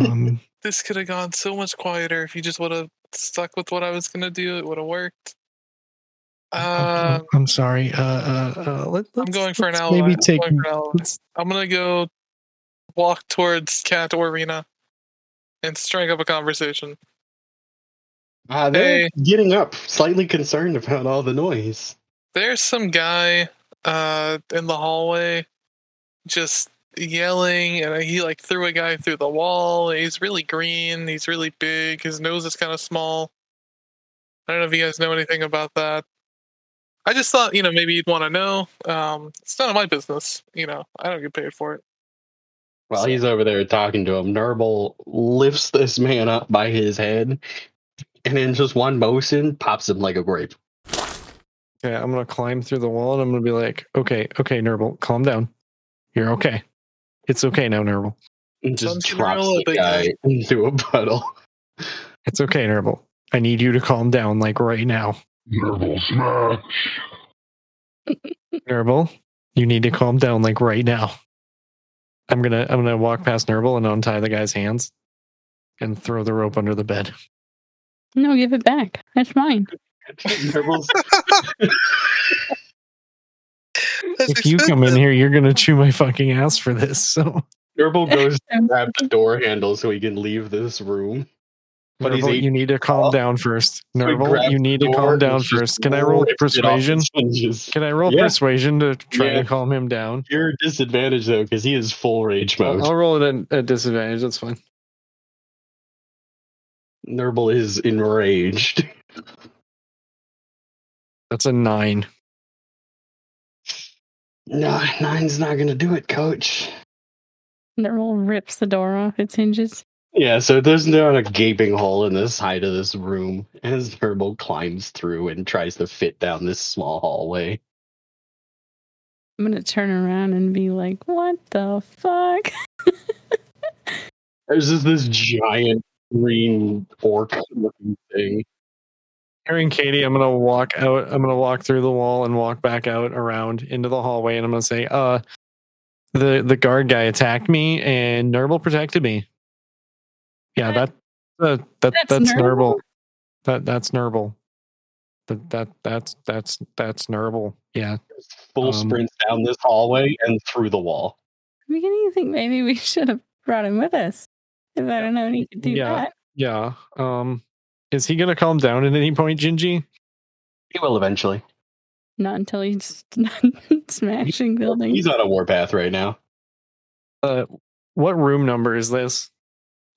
Speaker 1: Um,
Speaker 4: This could have gone so much quieter if you just would have stuck with what I was gonna do. It would have worked.
Speaker 1: I'm-
Speaker 4: Uh,
Speaker 1: I'm, sorry. Uh, uh, uh let,
Speaker 4: I'm going for an
Speaker 1: let's
Speaker 4: hour.
Speaker 1: Maybe
Speaker 4: I'm
Speaker 1: take.
Speaker 4: going for an hour.
Speaker 1: let's-
Speaker 4: I'm gonna go walk towards Cat or Rena and strike up a conversation.
Speaker 2: Uh, they're
Speaker 4: Hey.
Speaker 2: getting up, slightly concerned about all the noise.
Speaker 4: There's some guy uh, in the hallway just yelling, and he like threw a guy through the wall. He's really green. He's really big. His nose is kind of small. I don't know if you guys know anything about that. I just thought, you know, maybe you'd want to know. Um, it's none of my business. You know, I don't get paid for it.
Speaker 2: While he's over there talking to him, Nurbel lifts this man up by his head and in just one motion pops him like a grape.
Speaker 1: Okay, I'm gonna climb through the wall and I'm gonna be like, okay, okay, Nurbel, calm down. You're okay. It's okay now, Nurbel.
Speaker 2: And just
Speaker 4: Sounds
Speaker 2: drops
Speaker 4: real,
Speaker 2: the
Speaker 4: but
Speaker 2: guy
Speaker 4: yeah.
Speaker 2: into a puddle.
Speaker 1: It's okay, Nurbel. I need you to calm down, like right now.
Speaker 5: Nerval smash.
Speaker 1: Nurbel, you need to calm down, like right now. I'm gonna I'm gonna walk past Nurbel and untie the guy's hands and throw the rope under the bed.
Speaker 3: No, give it back. That's mine.
Speaker 2: Nurbel's
Speaker 1: If you come in here, you're gonna chew my fucking ass for this. So
Speaker 2: Nurbel goes to grab the door handle so he can leave this room. But he's
Speaker 1: Nurbel,
Speaker 2: eight-
Speaker 1: you need to calm down first.
Speaker 2: So he
Speaker 1: Nurbel,
Speaker 2: grabs
Speaker 1: you need to
Speaker 2: the door
Speaker 1: calm
Speaker 2: and
Speaker 1: down
Speaker 2: just
Speaker 1: first. Can I roll
Speaker 2: rips it off
Speaker 1: persuasion?
Speaker 2: its hinges.
Speaker 1: Can I roll
Speaker 2: Yeah.
Speaker 1: persuasion to try
Speaker 2: Yeah.
Speaker 1: to calm him down?
Speaker 2: You're disadvantaged though, because he is full rage mode.
Speaker 1: I'll, I'll roll it at, at disadvantage. That's fine.
Speaker 2: Nurbel is enraged.
Speaker 1: That's a nine.
Speaker 2: No, nine's not gonna do it, coach.
Speaker 3: Nermal rips the door off its hinges.
Speaker 2: Yeah, so there's not a gaping hole in the side of this room as Herbal climbs through and tries to fit down this small hallway.
Speaker 3: I'm gonna turn around and be like, "What the fuck?"
Speaker 2: There's just this giant green orc looking thing.
Speaker 1: Hearing Katie, I'm gonna walk out. I'm gonna walk through the wall and walk back out around into the hallway, and I'm gonna say, "Uh, the the guard guy attacked me, and Nurbel protected me." Yeah, that,
Speaker 3: That-
Speaker 1: uh, that that's,
Speaker 3: that's
Speaker 1: Nurbel.
Speaker 3: Nurbel?
Speaker 1: That that's Nurbel. That that that's that's that's Nurbel. Yeah.
Speaker 2: Just Full
Speaker 1: Um,
Speaker 2: sprints down this hallway and through the wall.
Speaker 3: I'm beginning to think maybe we should have brought him with us. If I don't know, he could do
Speaker 1: Yeah.
Speaker 3: that.
Speaker 1: Yeah. Um, is he gonna calm down at any point, Gingy?
Speaker 2: He will eventually.
Speaker 3: Not until he's smashing buildings.
Speaker 2: He's on a warpath right now.
Speaker 1: Uh, what room number is this?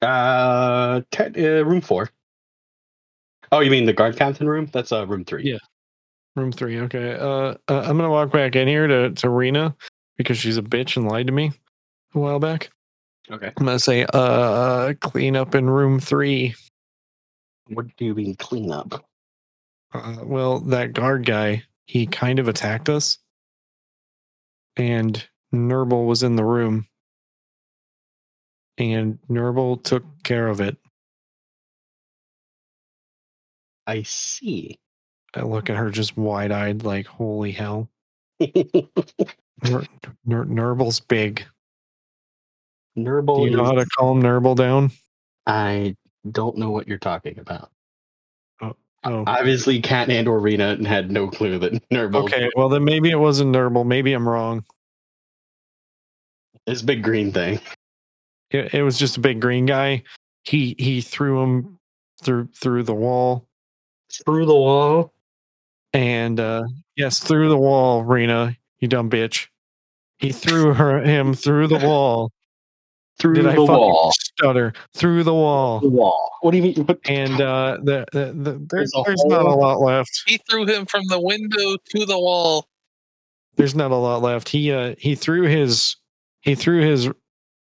Speaker 2: Uh, te- uh, room four. Oh, you mean the guard captain room? That's uh, room three.
Speaker 1: Yeah. Room three. Okay. Uh, uh, I'm gonna walk back in here to to Rena because she's a bitch and lied to me a while back.
Speaker 2: Okay.
Speaker 1: I'm gonna say, uh, clean up in room three.
Speaker 2: What do you mean clean up?
Speaker 1: Uh, well, that guard guy, he kind of attacked us. And Nurbel was in the room. And Nurbel took care of it.
Speaker 2: I see.
Speaker 1: I look at her just wide eyed, like, holy hell. Nur- Nur- Nurbel's big. Do
Speaker 2: Nurble,
Speaker 1: you know how to calm Nurbel down?
Speaker 2: I don't know what you're talking about.
Speaker 1: Oh,
Speaker 2: Obviously, Cat and or Rena had no clue that Nurble
Speaker 1: okay. Well, then maybe it wasn't Nurbel. Maybe I'm wrong.
Speaker 2: is big green thing.
Speaker 1: it, it was just a big green guy. He he threw him through through the wall
Speaker 2: Through the wall.
Speaker 1: and uh yes, through the wall, Rena, you dumb bitch. He threw her him through the wall.
Speaker 2: Through
Speaker 1: Did I
Speaker 2: the
Speaker 1: fucking
Speaker 2: wall.
Speaker 1: stutter through the
Speaker 2: The
Speaker 1: wall?
Speaker 2: wall. What do you mean? What,
Speaker 1: And uh the, the, the there's
Speaker 2: There's a
Speaker 1: there's not a
Speaker 2: hole.
Speaker 1: lot left.
Speaker 4: He threw him from the window to the wall.
Speaker 1: There's not a lot left. He uh he threw his he threw his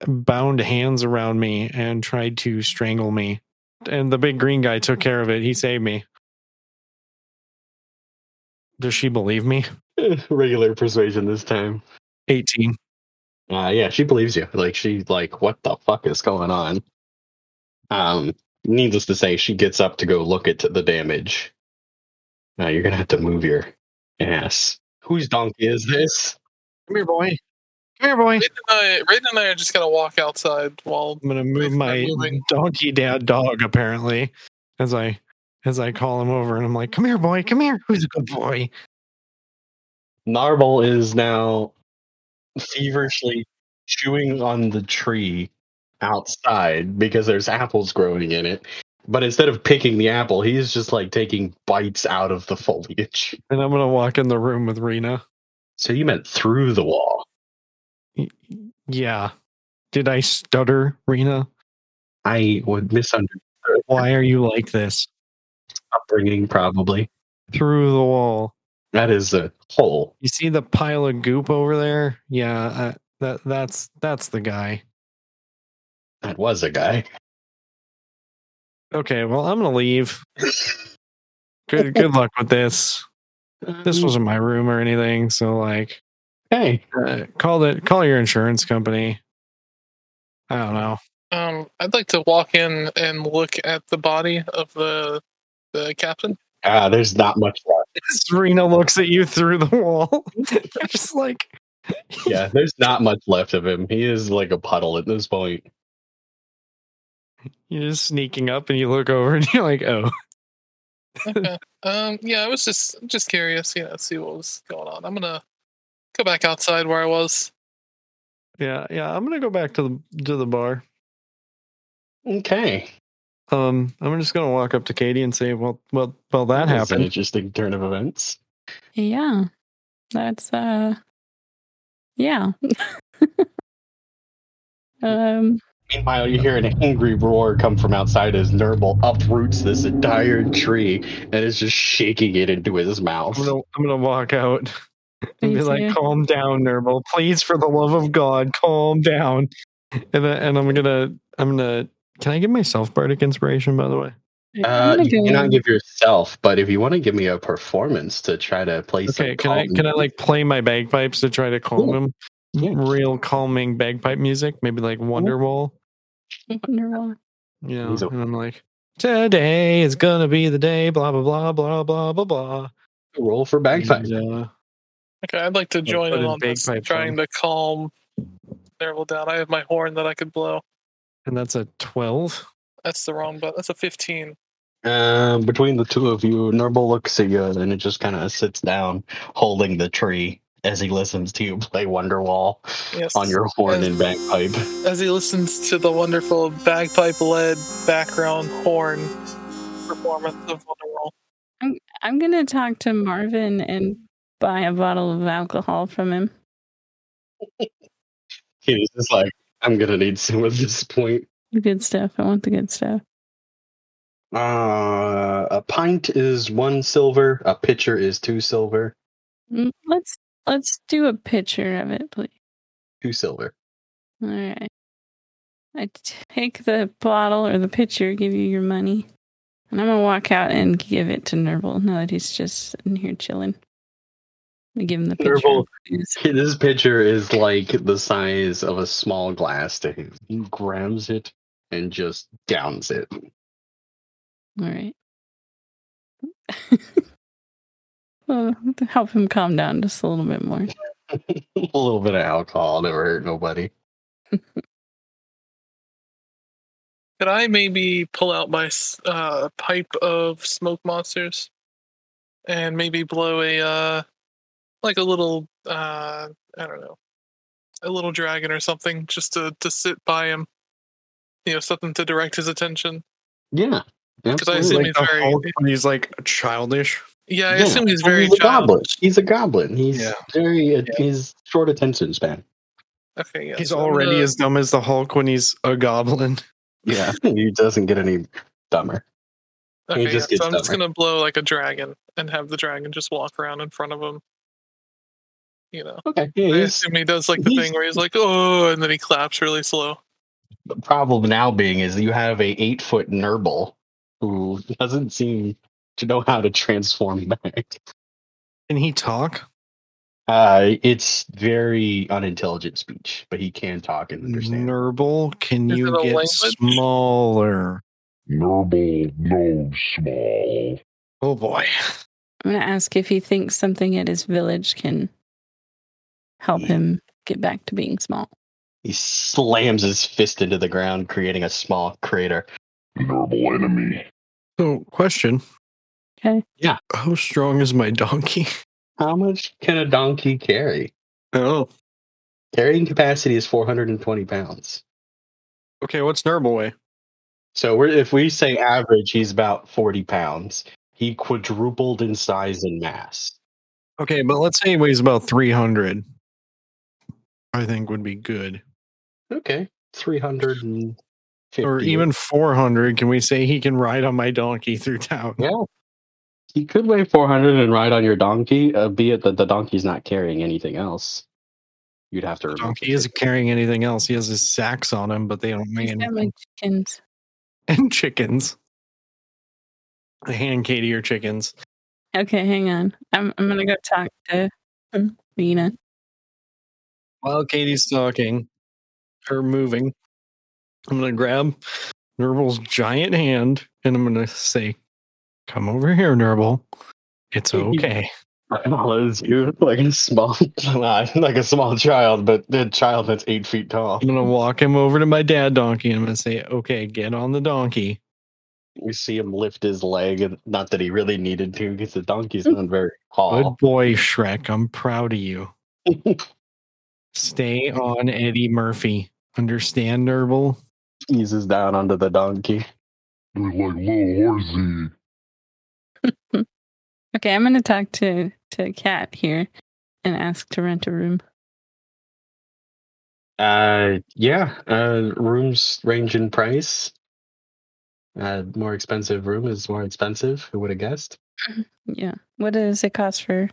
Speaker 1: bound hands around me and tried to strangle me. And the big green guy took care of it. He saved me. Does she believe me?
Speaker 2: regular persuasion this time.
Speaker 1: 18.
Speaker 2: Uh, yeah, she believes you. Like she's like, what the fuck is going on? Um, needless to say, she gets up to go look at the damage. Now you're gonna have to move your ass. Whose donkey is this?
Speaker 1: Come here, boy. Come here, boy.
Speaker 4: Raiden and I, Raiden and I are just gonna walk outside while
Speaker 1: I'm gonna move
Speaker 4: Please stop
Speaker 1: my
Speaker 4: moving.
Speaker 1: donkey dad dog apparently as I as I call him over and I'm like, come here, boy, come here. Who's a good boy?
Speaker 2: Narble is now feverishly chewing on the tree outside because there's apples growing in it. But instead of picking the apple, he's just like taking bites out of the foliage.
Speaker 1: And I'm gonna walk in the room with Rena.
Speaker 2: So you meant through the wall.
Speaker 1: Y- Yeah. Did I stutter, Rena?
Speaker 2: I would misunderstand
Speaker 1: Why are you like this?
Speaker 2: upbringing, probably.
Speaker 1: Through the wall.
Speaker 2: That is a hole.
Speaker 1: You see the pile of goop over there? Yeah, uh, that that's that's the guy.
Speaker 2: That was a guy.
Speaker 1: Okay, well, I'm gonna leave. Good good luck with this. This wasn't my room or anything, so like,
Speaker 2: hey.
Speaker 1: uh, call it call your insurance company. I don't know.
Speaker 4: um, I'd like to walk in and look at the body of the the captain.
Speaker 2: Ah, there's not much left.
Speaker 1: Serena looks at you through the wall. You're just like,
Speaker 2: Yeah, there's not much left of him. He is like a puddle at this point.
Speaker 1: you're just sneaking up, and you look over, and you're like, oh,
Speaker 4: Okay. um, yeah, I was just just curious, you know, see what was going on. I'm gonna go back outside where I was.
Speaker 1: yeah, yeah. I'm gonna go back to the to the bar.
Speaker 2: Okay.
Speaker 1: Um, I'm just gonna walk up to Katie and say, well, well, well, that
Speaker 2: That's An
Speaker 1: happened.
Speaker 2: interesting turn of events.
Speaker 3: Yeah. That's uh yeah. um
Speaker 2: Meanwhile, you hear an angry roar come from outside as Nurble uproots this entire tree and is just shaking it into his mouth.
Speaker 1: I'm gonna, I'm gonna walk out and be
Speaker 3: Please,
Speaker 1: like,
Speaker 3: yeah.
Speaker 1: "Calm down, Nurbel. Please, for the love of God, calm down." And then, and I'm gonna, I'm gonna. Can I give myself bardic inspiration? By the way,
Speaker 2: Uh,
Speaker 3: I'm gonna
Speaker 2: you
Speaker 3: go-
Speaker 2: cannot give yourself, but if you want to give me a performance to try to place.
Speaker 1: okay. Can I, can I like play my bagpipes to try to calm
Speaker 2: Cool.
Speaker 1: him?
Speaker 2: Yeah.
Speaker 1: Real calming bagpipe music, maybe like Wonderwall.
Speaker 3: Wonderwall.
Speaker 1: You know,
Speaker 2: These are-
Speaker 1: and I'm like, "Today is gonna be the day." Blah blah blah blah blah blah blah.
Speaker 2: roll for bagpipe?
Speaker 1: And, uh,
Speaker 4: Okay, I'd like to join
Speaker 1: put
Speaker 4: in
Speaker 1: in
Speaker 4: on this,
Speaker 1: bagpipe
Speaker 4: trying to calm Nerval down. I have my horn that I could blow.
Speaker 1: and that's a twelve.
Speaker 4: That's the wrong button. That's a 15.
Speaker 2: Um, between the two of you, Nurble looks at you and it just kind of sits down, holding the tree as he listens to you play Wonderwall
Speaker 4: Yes.
Speaker 2: on your horn
Speaker 4: Yes.
Speaker 2: and bagpipe.
Speaker 4: As he listens to the wonderful bagpipe led background horn performance of Wonderwall.
Speaker 3: I'm gonna talk to Marvin and buy a bottle of alcohol from him.
Speaker 2: He's just like, "I'm gonna need some at this point."
Speaker 3: The good stuff. I want the good stuff.
Speaker 2: Uh, a pint is one silver. A pitcher is two silver.
Speaker 3: Mm, Let's let's do a picture of it, please.
Speaker 2: Two silver.
Speaker 3: All right. I take the bottle or the pitcher, give you your money. And I'm gonna walk out and give it to Nerval now that he's just sitting here chilling. I give him the picture.
Speaker 2: Nerval.
Speaker 3: He's-
Speaker 2: This pitcher is like the size of a small glass to him. He grabs it and just downs it.
Speaker 3: All right. well, to help him calm down just a little bit more.
Speaker 2: a little bit of alcohol never hurt nobody.
Speaker 4: Could I maybe pull out my s- uh, pipe of smoke monsters and maybe blow a uh, like a little uh, I don't know a little dragon or something just to to sit by him, you know, something to direct his attention.
Speaker 2: Yeah.
Speaker 4: I assume
Speaker 2: absolutely.
Speaker 4: he's very-
Speaker 1: when he's like childish.
Speaker 4: Yeah, I
Speaker 2: Yeah,
Speaker 4: assume he's
Speaker 2: Well,
Speaker 4: very
Speaker 2: he's a goblin.
Speaker 4: childish.
Speaker 2: He's a goblin. He's
Speaker 1: Yeah.
Speaker 2: very he's short attention span.
Speaker 4: Okay, yeah.
Speaker 1: He's
Speaker 4: so I'm
Speaker 1: already
Speaker 4: gonna-
Speaker 1: as dumb as the Hulk when he's a goblin.
Speaker 2: Yeah. he doesn't get any dumber. he
Speaker 4: Okay, yeah,
Speaker 2: just gets
Speaker 4: so I'm just
Speaker 2: dumber.
Speaker 4: gonna blow like a dragon and have the dragon just walk around in front of him. You know,
Speaker 2: Okay. Yeah,
Speaker 4: I
Speaker 2: he's
Speaker 4: assume he does like the
Speaker 2: he's-
Speaker 4: thing where he's like, "Oh," and then he claps really slow.
Speaker 2: the problem now being is you have a eight foot nurble who doesn't seem to know how to transform back.
Speaker 1: Can he talk?
Speaker 2: Uh, it's very unintelligent speech, but he can talk and understand.
Speaker 1: Nurble, can
Speaker 4: Is
Speaker 1: you
Speaker 4: it a
Speaker 1: get
Speaker 4: language?
Speaker 1: smaller?
Speaker 5: Nurble no small.
Speaker 1: Oh boy.
Speaker 3: I'm gonna ask if he thinks something at his village can help him get back to being small.
Speaker 2: He slams his fist into the ground, creating a small crater.
Speaker 5: Nurble enemy.
Speaker 1: So, question.
Speaker 3: Okay.
Speaker 2: Yeah.
Speaker 1: How strong is my donkey?
Speaker 2: How much can a donkey carry?
Speaker 1: Oh.
Speaker 2: Carrying capacity is 420 pounds.
Speaker 1: Okay, what's Nurble weigh?
Speaker 2: So we're, if we say average, he's about 40 pounds. He quadrupled in size and mass.
Speaker 1: Okay, but let's say he weighs about 300. I think would be good.
Speaker 2: Okay, 350.
Speaker 1: Or even 400. Can we say he can ride on my donkey through town?
Speaker 2: Yeah. He could weigh 400 and ride on your donkey, uh, be it that the donkey's not carrying anything else. You'd have to
Speaker 1: The
Speaker 2: remove
Speaker 1: donkey
Speaker 2: the
Speaker 1: isn't carrying anything else. He has his sacks on him, but they don't weigh
Speaker 3: He's got
Speaker 1: anything.
Speaker 3: my chickens.
Speaker 1: And chickens. I hand Katie your chickens.
Speaker 3: Okay, hang on. I'm I'm gonna go talk to um, Mina.
Speaker 1: While Katie's talking, her moving, I'm going to grab Nurble's giant hand and I'm going to say, Come over here, Nurble. It's okay.
Speaker 2: follows you like a small like a small child, but a child that's eight feet tall.
Speaker 1: I'm going to walk him over to my dad donkey and I'm going to say, Okay, get on the donkey.
Speaker 2: We see him lift his leg, and not that he really needed to, because the donkey's not very
Speaker 1: Good
Speaker 2: tall.
Speaker 1: boy, Shrek. I'm proud of you. Stay on Eddie Murphy. Understand, Nurble?
Speaker 2: Eases down onto the donkey.
Speaker 5: You're like little horsey.
Speaker 3: Okay, I'm gonna talk to to Kat here and ask to rent a room.
Speaker 2: Uh, yeah. Uh, rooms range in price. Uh, more expensive room is more expensive. Who would have guessed?
Speaker 3: Yeah. What does it cost for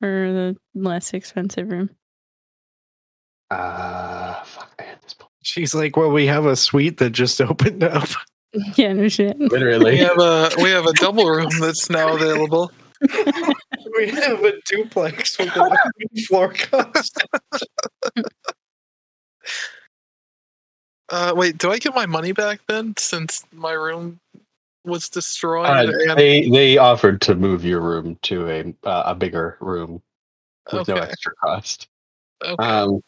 Speaker 3: for the less expensive room?
Speaker 2: Uh, fuck. I had this book.
Speaker 1: She's like, Well, we have a suite that just opened up.
Speaker 3: yeah, no shit.
Speaker 4: We
Speaker 2: Literally.
Speaker 4: have a we have a double room that's now available.
Speaker 1: we have a duplex with a floor cost.
Speaker 4: Uh, wait, do I get my money back then? Since my room was destroyed,
Speaker 2: Uh,
Speaker 4: and,
Speaker 2: they they offered to move your room to a uh, a bigger room with no
Speaker 4: okay,
Speaker 2: extra cost.
Speaker 4: okay.
Speaker 2: Um,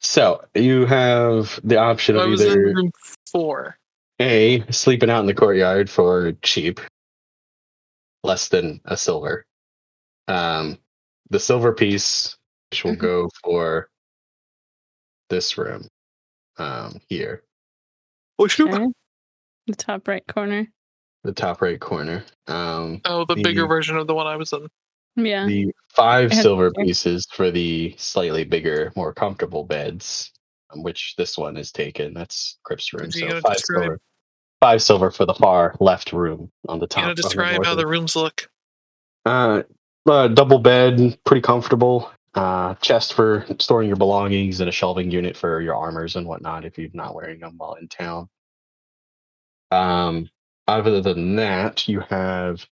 Speaker 2: so you have the option
Speaker 4: I
Speaker 2: of
Speaker 4: was in
Speaker 2: either
Speaker 4: room four.
Speaker 2: a sleeping out in the courtyard for cheap, less than a silver. Um, the silver piece, which will
Speaker 4: Mm-hmm.
Speaker 3: Mhm.
Speaker 2: go for this room um, here,
Speaker 4: Oh shoot!
Speaker 3: Okay. The top right corner.
Speaker 2: the top right corner. Um,
Speaker 4: Oh, the bigger
Speaker 2: The-
Speaker 4: version of the one I was in.
Speaker 3: Yeah.
Speaker 2: the five
Speaker 3: Ahead.
Speaker 2: silver pieces for the slightly bigger, more comfortable beds, um, which this one is taken. That's Crypt's room.
Speaker 4: Is
Speaker 2: So
Speaker 4: he gonna
Speaker 2: five
Speaker 4: describe-
Speaker 2: silver, five silver for the far left room on the top.
Speaker 4: You know,
Speaker 2: on the
Speaker 4: describe how
Speaker 2: northern
Speaker 4: the rooms look.
Speaker 2: Uh, uh, double bed, pretty comfortable. Uh, chest for storing your belongings and a shelving unit for your armors and whatnot if you're not wearing them while in town. Um, Other than that, you have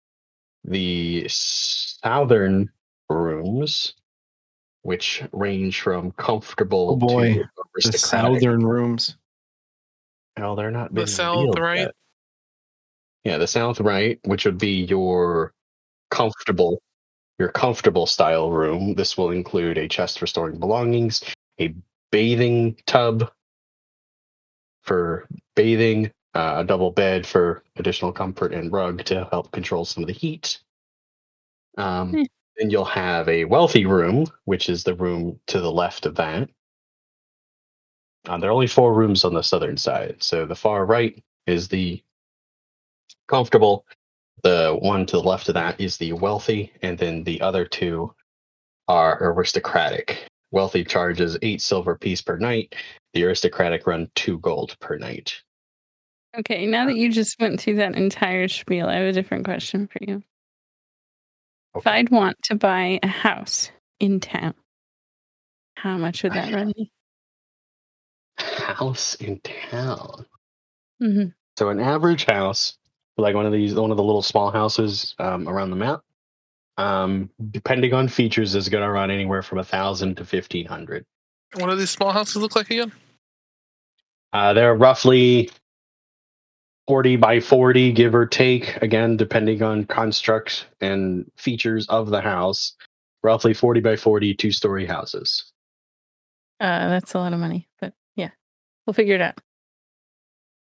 Speaker 2: the southern rooms, which range from comfortable
Speaker 1: Oh, boy.
Speaker 2: to
Speaker 1: The
Speaker 2: aristocratic.
Speaker 1: southern rooms.
Speaker 2: Well, they're not
Speaker 4: The
Speaker 2: being
Speaker 4: south
Speaker 2: revealed
Speaker 4: right?
Speaker 2: yet. Yeah, the south right, which would be your comfortable, your comfortable style room. This will include a chest for storing belongings, a bathing tub for bathing, uh, a double bed for additional comfort, and rug to help control some of the heat. Um,
Speaker 3: Hmm.
Speaker 2: Then you'll have a wealthy room, which is the room to the left of that. Uh, there are only four rooms on the southern side. So the far right is the comfortable. The one to the left of that is the wealthy, and then the other two are aristocratic. Wealthy charges eight silver piece per night. The aristocratic run two gold per night.
Speaker 3: Okay, now that you just went through that entire spiel, I have a different question for you. If
Speaker 2: Okay.
Speaker 3: I'd want to buy a house in town, how much would that run me?
Speaker 2: House in town.
Speaker 3: hmm
Speaker 2: So an average house, like one of these, one of the little small houses um, around the map, um, depending on features, is going to run anywhere from a thousand to fifteen hundred.
Speaker 4: What do these small houses look like again?
Speaker 2: Uh, they're roughly 40 by 40, give or take, again, depending on construct and features of the house. Roughly 40 by 40, two story houses.
Speaker 3: Uh, that's a lot of money, but yeah, we'll figure it out.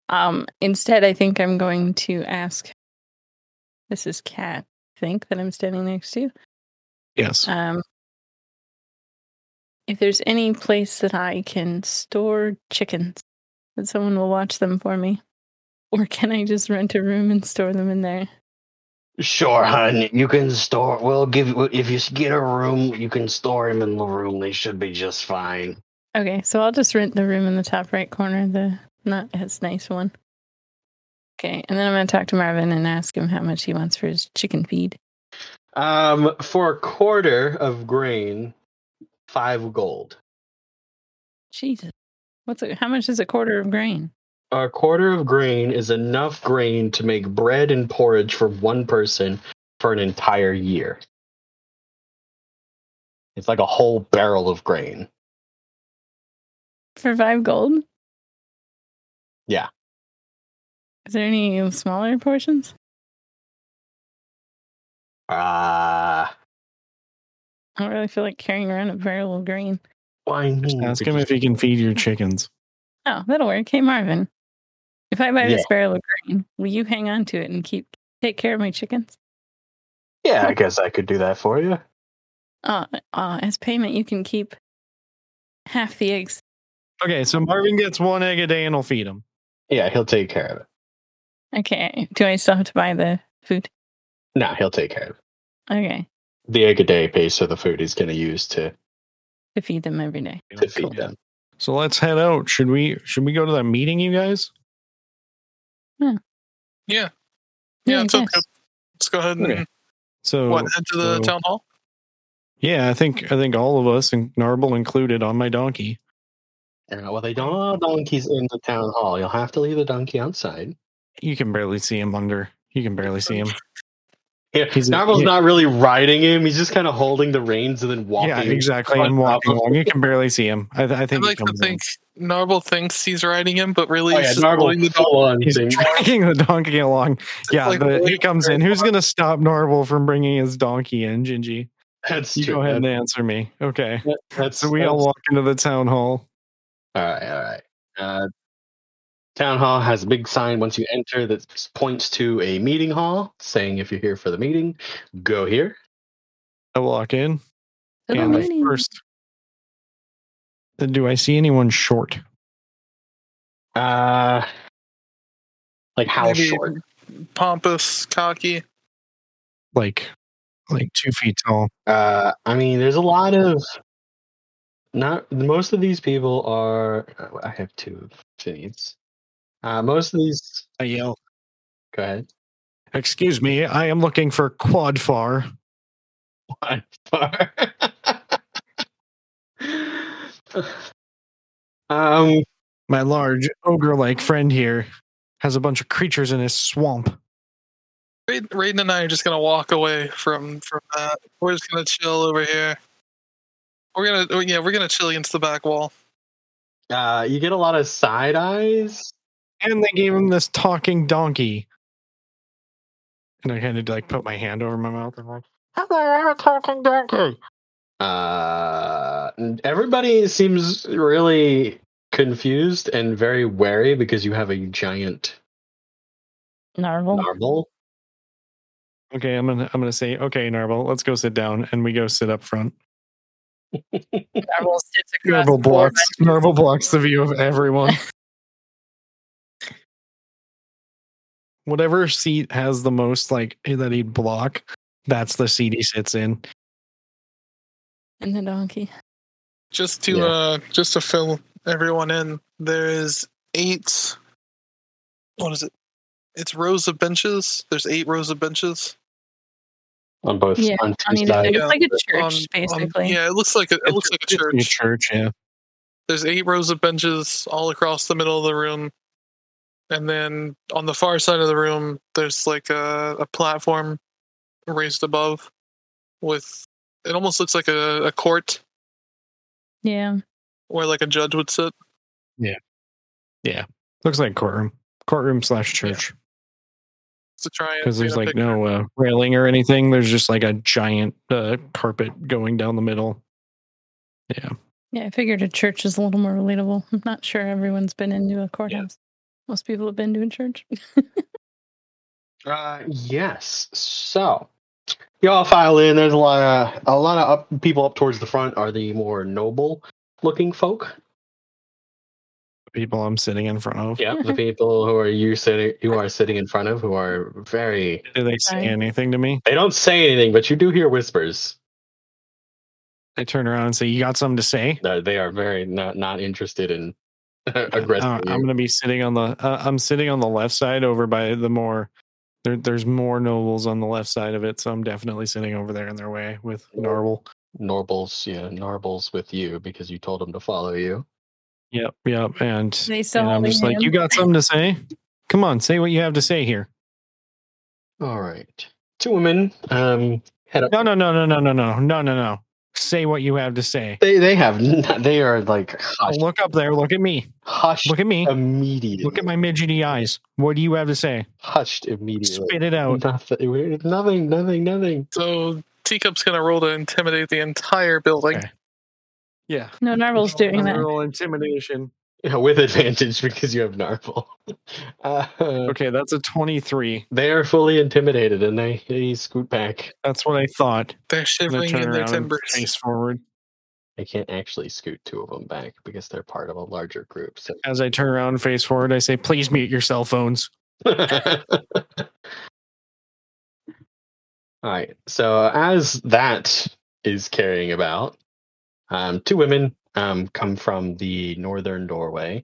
Speaker 3: Um, instead, I think I'm going to ask. This is Kat. I think that I'm standing next to.
Speaker 4: Oh.
Speaker 1: Yes.
Speaker 3: Um, if there's any place that I can store chickens, that someone will watch them for me, or can I just rent a room and store them in there?
Speaker 2: Sure, hon. You can store. We'll give you if you get a room, you can store them in the room. They should be just fine.
Speaker 3: Okay, so I'll just rent the room in the top right corner, the not as nice one. Okay, and then I'm going to talk to Marvin and ask him how much he wants for his chicken feed.
Speaker 2: Um, for a quarter of grain, five gold.
Speaker 3: Jesus, what's a, how much is a quarter of grain?
Speaker 2: A quarter of grain is enough grain to make bread and porridge for one person for an entire year. It's like a whole barrel of grain.
Speaker 3: For five gold?
Speaker 2: Yeah.
Speaker 3: Is there any smaller portions?
Speaker 2: Ah,
Speaker 3: I don't really feel like carrying around a barrel of grain.
Speaker 2: why?
Speaker 1: Just ask him if he can feed your chickens.
Speaker 3: Oh, that'll work. Hey, Marvin, if I buy
Speaker 2: Yeah.
Speaker 3: this barrel of grain, will you hang on to it and keep take care of my chickens?
Speaker 2: Yeah, I guess I could do that for you.
Speaker 3: Uh, uh, as payment, you can keep half the eggs.
Speaker 1: Okay, so Marvin gets one egg a day and I'll feed him.
Speaker 2: Yeah, he'll take care of it.
Speaker 3: Okay. Do I still have to buy the food?
Speaker 2: No, he'll take care of it.
Speaker 3: Okay.
Speaker 2: The egg a day pays for the food he's going to use to,
Speaker 3: To feed them every day.
Speaker 2: to feed them.
Speaker 1: So let's head out. Should we should we go to that meeting, you guys?
Speaker 4: Yeah.
Speaker 3: Yeah,
Speaker 4: Yeah,
Speaker 3: I
Speaker 4: it's okay.
Speaker 3: guess.
Speaker 4: Let's go ahead and
Speaker 1: Okay. So
Speaker 4: what, head to the
Speaker 1: so-
Speaker 4: town hall.
Speaker 1: yeah, I think I think all of us and Narble included on my donkey.
Speaker 2: Uh, well, they don't allow donkeys in the town hall. You'll have to leave the donkey outside.
Speaker 1: You can barely see him under. You can barely see him.
Speaker 2: Yeah,
Speaker 1: He's a-
Speaker 2: Narvel's
Speaker 1: yeah.
Speaker 2: not really riding him. He's just kind of holding the reins and then walking.
Speaker 1: Yeah, exactly. I'm walking along. You can barely see him. I, th- I
Speaker 4: I
Speaker 1: think
Speaker 4: like
Speaker 1: he
Speaker 4: to
Speaker 1: comes in.
Speaker 4: think Narble thinks he's riding him, but really
Speaker 2: Oh,
Speaker 4: he's
Speaker 2: yeah,
Speaker 4: just holding the
Speaker 2: Narvel
Speaker 4: dog.
Speaker 2: full on
Speaker 1: He's
Speaker 2: thing.
Speaker 1: dragging the donkey along. Yeah,
Speaker 4: like
Speaker 1: the, he
Speaker 4: holding
Speaker 1: comes
Speaker 4: the
Speaker 1: in. Who's
Speaker 4: dog.
Speaker 1: going to stop Norval from bringing his donkey in, Gingy?
Speaker 2: That's
Speaker 1: You
Speaker 2: true.
Speaker 1: go ahead and
Speaker 2: That-
Speaker 1: answer me. Okay.
Speaker 2: that- that's
Speaker 1: So we all
Speaker 2: that's-
Speaker 1: walk into the town hall.
Speaker 2: All right, all right. Uh, town hall has a big sign once you enter that s- points to a meeting hall, saying if you're here for the meeting, go here.
Speaker 1: I walk in.
Speaker 3: To the
Speaker 1: and I
Speaker 3: meeting.
Speaker 1: first, Then do I see anyone short?
Speaker 2: Uh, like how
Speaker 4: Maybe
Speaker 2: short?
Speaker 4: Pompous, cocky.
Speaker 1: Like, like two feet tall.
Speaker 2: Uh, I mean, there's a lot of not most of these people are. I have two opinions. Uh, most of these.
Speaker 1: I yell,
Speaker 2: Go ahead.
Speaker 1: "Excuse me, I am looking for Quadfar."
Speaker 2: By far. um. Um,
Speaker 1: My large ogre-like friend here has a bunch of creatures in his swamp.
Speaker 4: Raiden, Raiden and I are just gonna walk away from from that. We're just gonna chill over here. We're gonna oh, yeah, we're gonna chill against the back wall.
Speaker 2: Uh, you get a lot of side eyes.
Speaker 1: And they gave him this talking donkey. And I kind of like put my hand over my mouth and like, hello, I'm a talking donkey.
Speaker 2: Uh, and everybody seems really confused and very wary because you have a giant
Speaker 3: Narvel.
Speaker 2: narble.
Speaker 1: Okay, I'm gonna I'm gonna say, okay, Narvel, let's go sit down, and we go sit up front.
Speaker 3: Narvel sits
Speaker 1: Narvel
Speaker 3: across the floor
Speaker 1: blocks Narvel blocks the view of everyone. Whatever seat has the most like that he'd block, that's the seat he sits in.
Speaker 3: and the donkey.
Speaker 4: Just to
Speaker 2: Yeah.
Speaker 4: uh just to fill everyone in, there is eight what is it? It's rows of benches. There's eight rows of benches.
Speaker 2: on both
Speaker 3: Yeah,
Speaker 2: on two
Speaker 3: I mean,
Speaker 2: sides.
Speaker 3: it looks like a
Speaker 4: on-
Speaker 3: church,
Speaker 4: on-
Speaker 3: basically.
Speaker 4: yeah, it looks like a, it looks like a
Speaker 1: Your
Speaker 4: church.
Speaker 1: church, yeah.
Speaker 4: There's eight rows of benches all across the middle of the room, and then on the far side of the room, there's like a, a platform raised above with it almost looks like a, a court
Speaker 3: yeah.
Speaker 4: where like a judge would sit.
Speaker 1: Looks like courtroom, courtroom slash church.
Speaker 4: to try and
Speaker 1: because
Speaker 4: get
Speaker 1: there's
Speaker 4: a
Speaker 1: like
Speaker 4: picture.
Speaker 1: no uh, railing or anything. There's just like a giant uh, carpet going down the middle.
Speaker 3: Yeah, I figured a church is a little more relatable. I'm not sure everyone's been into a courthouse. Most people have been to a church.
Speaker 2: Uh, yes. So y'all file in. There's a lot of a lot of up, people up towards the front are the more noble looking folk.
Speaker 1: The people I'm sitting in front of.
Speaker 2: Yeah, the people who are you sitting you are sitting in front of who are very.
Speaker 1: Do they say
Speaker 3: Right.
Speaker 1: anything to me?
Speaker 2: They don't say anything, but you do hear whispers.
Speaker 1: I turn around and say, "You got something to say?"
Speaker 2: Uh, they are very not not interested in
Speaker 1: Uh,
Speaker 2: aggressive.
Speaker 1: I'm gonna be sitting on the. Uh, I'm sitting on the left side over by the more. There, there's more nobles on the left side of it, so I'm definitely sitting over there in their way with Narwhal.
Speaker 2: Norbles, yeah, Norbles with you because you told them to follow you.
Speaker 1: Yep, yep, and,
Speaker 3: They
Speaker 1: and
Speaker 3: sell
Speaker 1: I'm
Speaker 3: the
Speaker 1: just like,
Speaker 3: ham.
Speaker 1: "You got something to say? Come on, say what you have to say here."
Speaker 2: All right, two women. Um, head up.
Speaker 1: No, no, no, no, no, no, no, no, no, no. Say what you have to say.
Speaker 2: They they have n- they are like hush,
Speaker 1: Look up there. Look at me.
Speaker 2: hushed
Speaker 1: Look at me.
Speaker 2: immediately.
Speaker 1: Look at my midgety eyes. What do you have to say?
Speaker 2: hushed immediately.
Speaker 1: Spit it out.
Speaker 2: Nothing, we're- nothing, nothing, nothing.
Speaker 4: So Teacup's gonna roll to intimidate the entire building.
Speaker 1: Okay. Yeah.
Speaker 3: No, Narvel's doing that.
Speaker 1: Roll intimidation.
Speaker 2: Yeah, With advantage because you have Narvel. Uh,
Speaker 1: Okay, that's a 23.
Speaker 2: they are fully intimidated and they, they scoot back.
Speaker 1: That's what I thought.
Speaker 4: They're
Speaker 1: I'm gonna
Speaker 4: shivering
Speaker 1: turn
Speaker 4: in their
Speaker 1: around and
Speaker 4: timbers.
Speaker 1: face forward.
Speaker 2: They can't actually scoot two of them back because they're part of a larger group. So
Speaker 1: As I turn around and face forward, I say, please mute your cell phones.
Speaker 2: All right. So as that is carrying about, um, two women um, come from the northern doorway,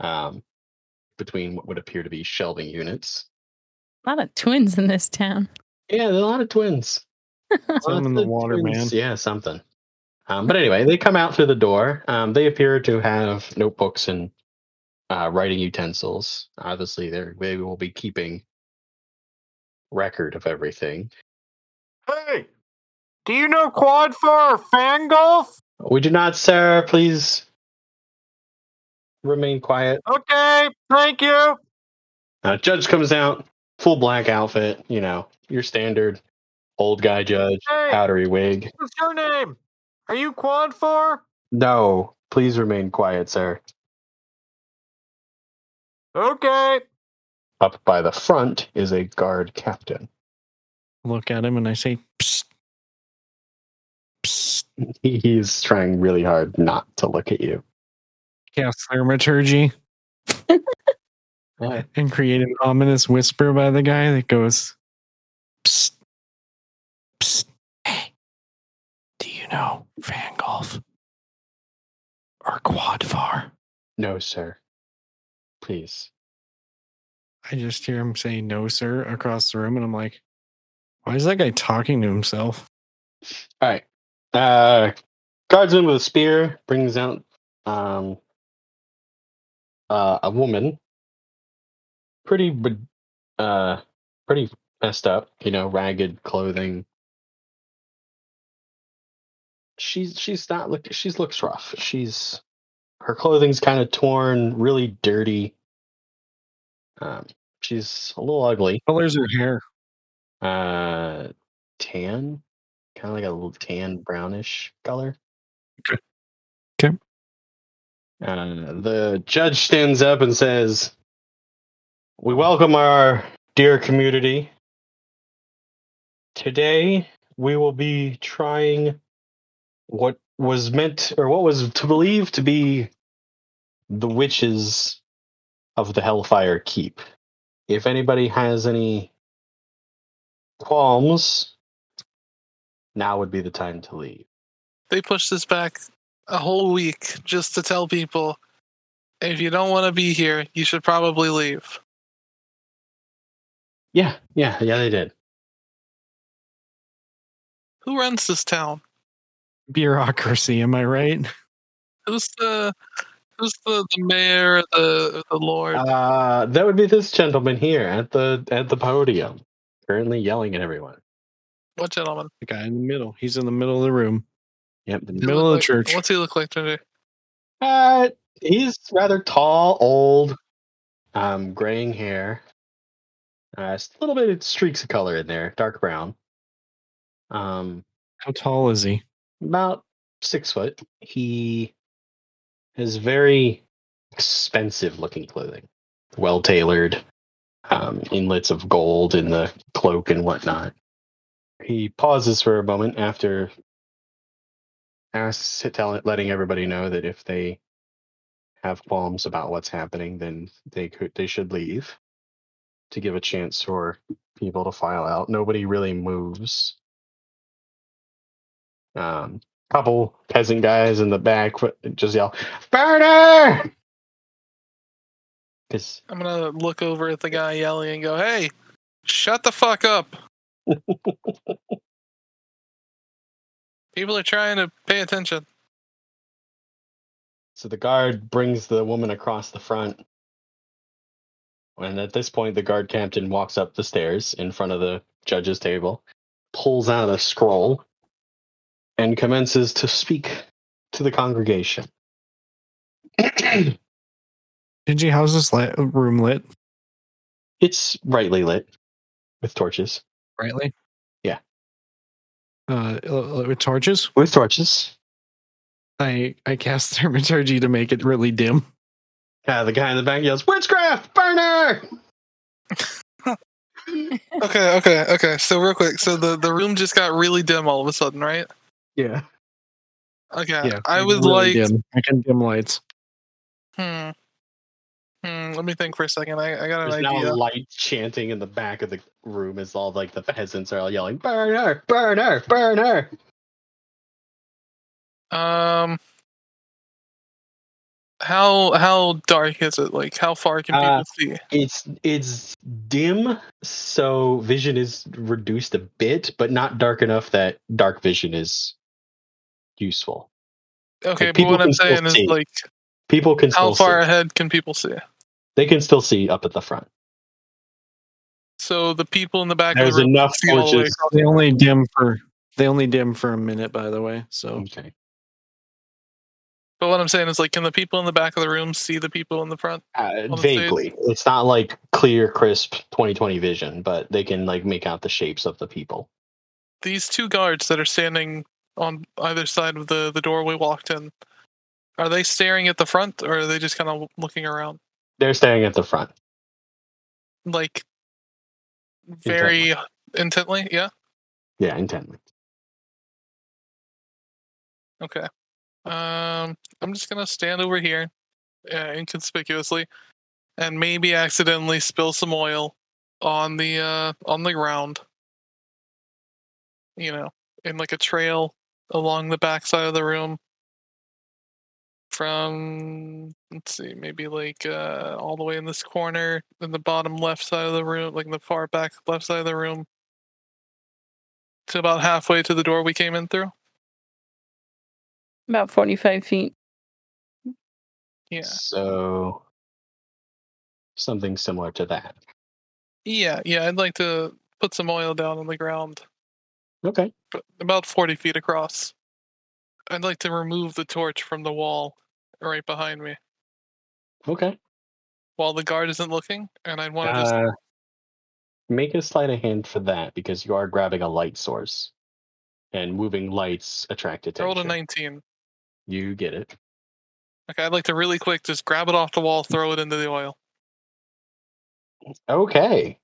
Speaker 2: um, between what would appear to be shelving units.
Speaker 3: A lot of twins in this town.
Speaker 2: Yeah, there are a lot of twins.
Speaker 1: Some in
Speaker 2: Lots
Speaker 1: the
Speaker 2: of
Speaker 1: water, man.
Speaker 2: twins. Yeah, something. Um, but anyway, they come out through the door. Um, they appear to have notebooks and uh, writing utensils. Obviously, they're, they will be keeping record of everything.
Speaker 1: Hey, do you know quad four or fan golf?
Speaker 2: We do not, sir. Please remain quiet.
Speaker 1: Okay, thank you.
Speaker 2: Uh, judge comes out, full black outfit. You know, your standard old guy judge,
Speaker 1: Hey.
Speaker 2: powdery wig.
Speaker 1: What's your name? Are you quad four?
Speaker 2: No, please remain quiet, sir.
Speaker 1: Okay.
Speaker 2: Up by the front is a guard captain.
Speaker 1: Look at him and I say, psst. Psst.
Speaker 2: He- He's trying really hard not to look at you.
Speaker 1: Cast thermaturgy. and create an ominous whisper by the guy that goes, Psst, psst, hey, do you know Van Golf or Quadfar?
Speaker 2: No, sir. Please.
Speaker 1: I just hear him say no, sir, across the room, and I'm like, why is that guy talking to himself?
Speaker 2: All right. Uh, guardsman with a spear brings out um, uh, a woman pretty, be- uh, pretty messed up. You know, ragged clothing. She's she's not look. She's looks rough. She's her clothing's kind of torn, really dirty. Um, she's a little ugly.
Speaker 1: Colors her hair.
Speaker 2: Uh, tan, kind of like a little tan brownish color.
Speaker 1: Okay. Okay.
Speaker 2: Uh, the judge stands up and says, "We welcome our dear community. Today we will be trying what was meant or what was to believe to be the witches of the Hellfire Keep. If anybody has any qualms, now would be the time to leave.
Speaker 4: They pushed this back a whole week just to tell people if you don't want to be here, you should probably leave.
Speaker 2: Yeah, yeah, yeah, they did.
Speaker 4: Who runs this town?
Speaker 1: Bureaucracy, am I right?
Speaker 4: Who's the who's the, the mayor, the the lord?
Speaker 2: Uh, that would be this gentleman here at the at the podium, currently yelling at everyone.
Speaker 4: what gentleman?
Speaker 1: The guy in the middle. He's in the middle of the room.
Speaker 2: Yep. the-
Speaker 4: Does he
Speaker 1: Middle
Speaker 4: look
Speaker 1: of the
Speaker 4: like-
Speaker 1: church.
Speaker 4: What's he look like today?
Speaker 2: Uh, he's rather tall, old, um, graying hair. Uh, it's a little bit of streaks of color in there, dark brown. Um,
Speaker 1: How tall is he?
Speaker 2: about six foot. He has very expensive looking clothing, well tailored, um, inlets of gold in the cloak and whatnot. He pauses for a moment after asks, tell, letting everybody know that if they have qualms about what's happening, then they could they should leave to give a chance for people to file out. Nobody really moves um, couple peasant guys in the back w- just yell, "Murder!" Because
Speaker 4: I'm gonna look over at the guy yelling and go, "Hey, shut the fuck up!" People are trying to pay attention.
Speaker 2: so the guard brings the woman across the front, and at this point, the guard captain walks up the stairs in front of the judge's table, pulls out a scroll, and commences to speak to the congregation.
Speaker 1: Gingy, how's this li- room lit?
Speaker 2: it's brightly lit with torches.
Speaker 1: Brightly?
Speaker 2: Yeah.
Speaker 1: Uh, lit with torches?
Speaker 2: With torches.
Speaker 1: I, I cast thermaturgy to make it really dim.
Speaker 2: Uh, the guy in the back yells, "Witchcraft, burner!"
Speaker 4: Okay, okay, okay. So real quick, so the the room just got really dim all of a sudden, right?
Speaker 2: Yeah.
Speaker 4: Okay,
Speaker 1: Yeah.
Speaker 4: I would
Speaker 1: really
Speaker 4: like.
Speaker 1: Dim. I can dim lights.
Speaker 4: Hmm. Hmm. Let me think for a second. I, I got
Speaker 2: There's
Speaker 4: an
Speaker 2: now
Speaker 4: idea.
Speaker 2: light chanting in the back of the room as all like the peasants are all yelling, "Burner, burner, burner!"
Speaker 4: Um. How how dark is it? Like how far can people
Speaker 2: Uh,
Speaker 4: see?
Speaker 2: It's it's dim, so vision is reduced a bit, but not dark enough that dark vision is useful.
Speaker 4: Okay, but
Speaker 2: people
Speaker 4: what I'm
Speaker 2: can still
Speaker 4: saying is
Speaker 2: see.
Speaker 4: like
Speaker 2: People can
Speaker 4: how
Speaker 2: still
Speaker 4: far
Speaker 2: see.
Speaker 4: ahead can people see?
Speaker 2: They can still see up at the front.
Speaker 4: So the people in the back of
Speaker 2: There's
Speaker 4: the room
Speaker 2: enough
Speaker 4: see all the way
Speaker 2: torches.
Speaker 1: They only dim for they only dim for a minute, by the way.
Speaker 4: Mm.
Speaker 1: So
Speaker 2: Okay.
Speaker 4: But what I'm saying is, like, can the people in the back of the room see the people in the front?
Speaker 2: Uh,
Speaker 4: the stage.
Speaker 2: vaguely, it's not like clear, crisp 2020 vision, but they can like make out the shapes of the people.
Speaker 4: These two guards that are standing on either side of the the door we walked in, are they staring at the front, or are they just kind of looking around,
Speaker 2: They're staring at the front.
Speaker 4: like, very intently? Yeah.
Speaker 2: Yeah, intently.
Speaker 4: Okay. Um, I'm just gonna stand over here, uh, inconspicuously, and maybe accidentally spill some oil on the uh on the ground. You know, in like a trail along the back side of the room. From let's see, maybe like uh all the way in this corner, in the bottom left side of the room, like in the far back left side of the room, to about halfway to the door we came in through.
Speaker 3: About 45 feet.
Speaker 4: Yeah.
Speaker 2: So something similar to that.
Speaker 4: Yeah, yeah, I'd like to put some oil down on the ground,
Speaker 2: Okay.
Speaker 4: but about 40 feet across. I'd like to remove the torch from the wall right behind me
Speaker 2: Okay.
Speaker 4: while the guard isn't looking, and I'd want to just.
Speaker 2: Uh, make a sleight of hand for that because you are grabbing a light source, and moving lights attract
Speaker 4: I
Speaker 2: attention.
Speaker 4: rolled a 19.
Speaker 2: You get it.
Speaker 4: Okay, I'd like to really quick just grab it off the wall, throw it into the oil.
Speaker 2: Okay.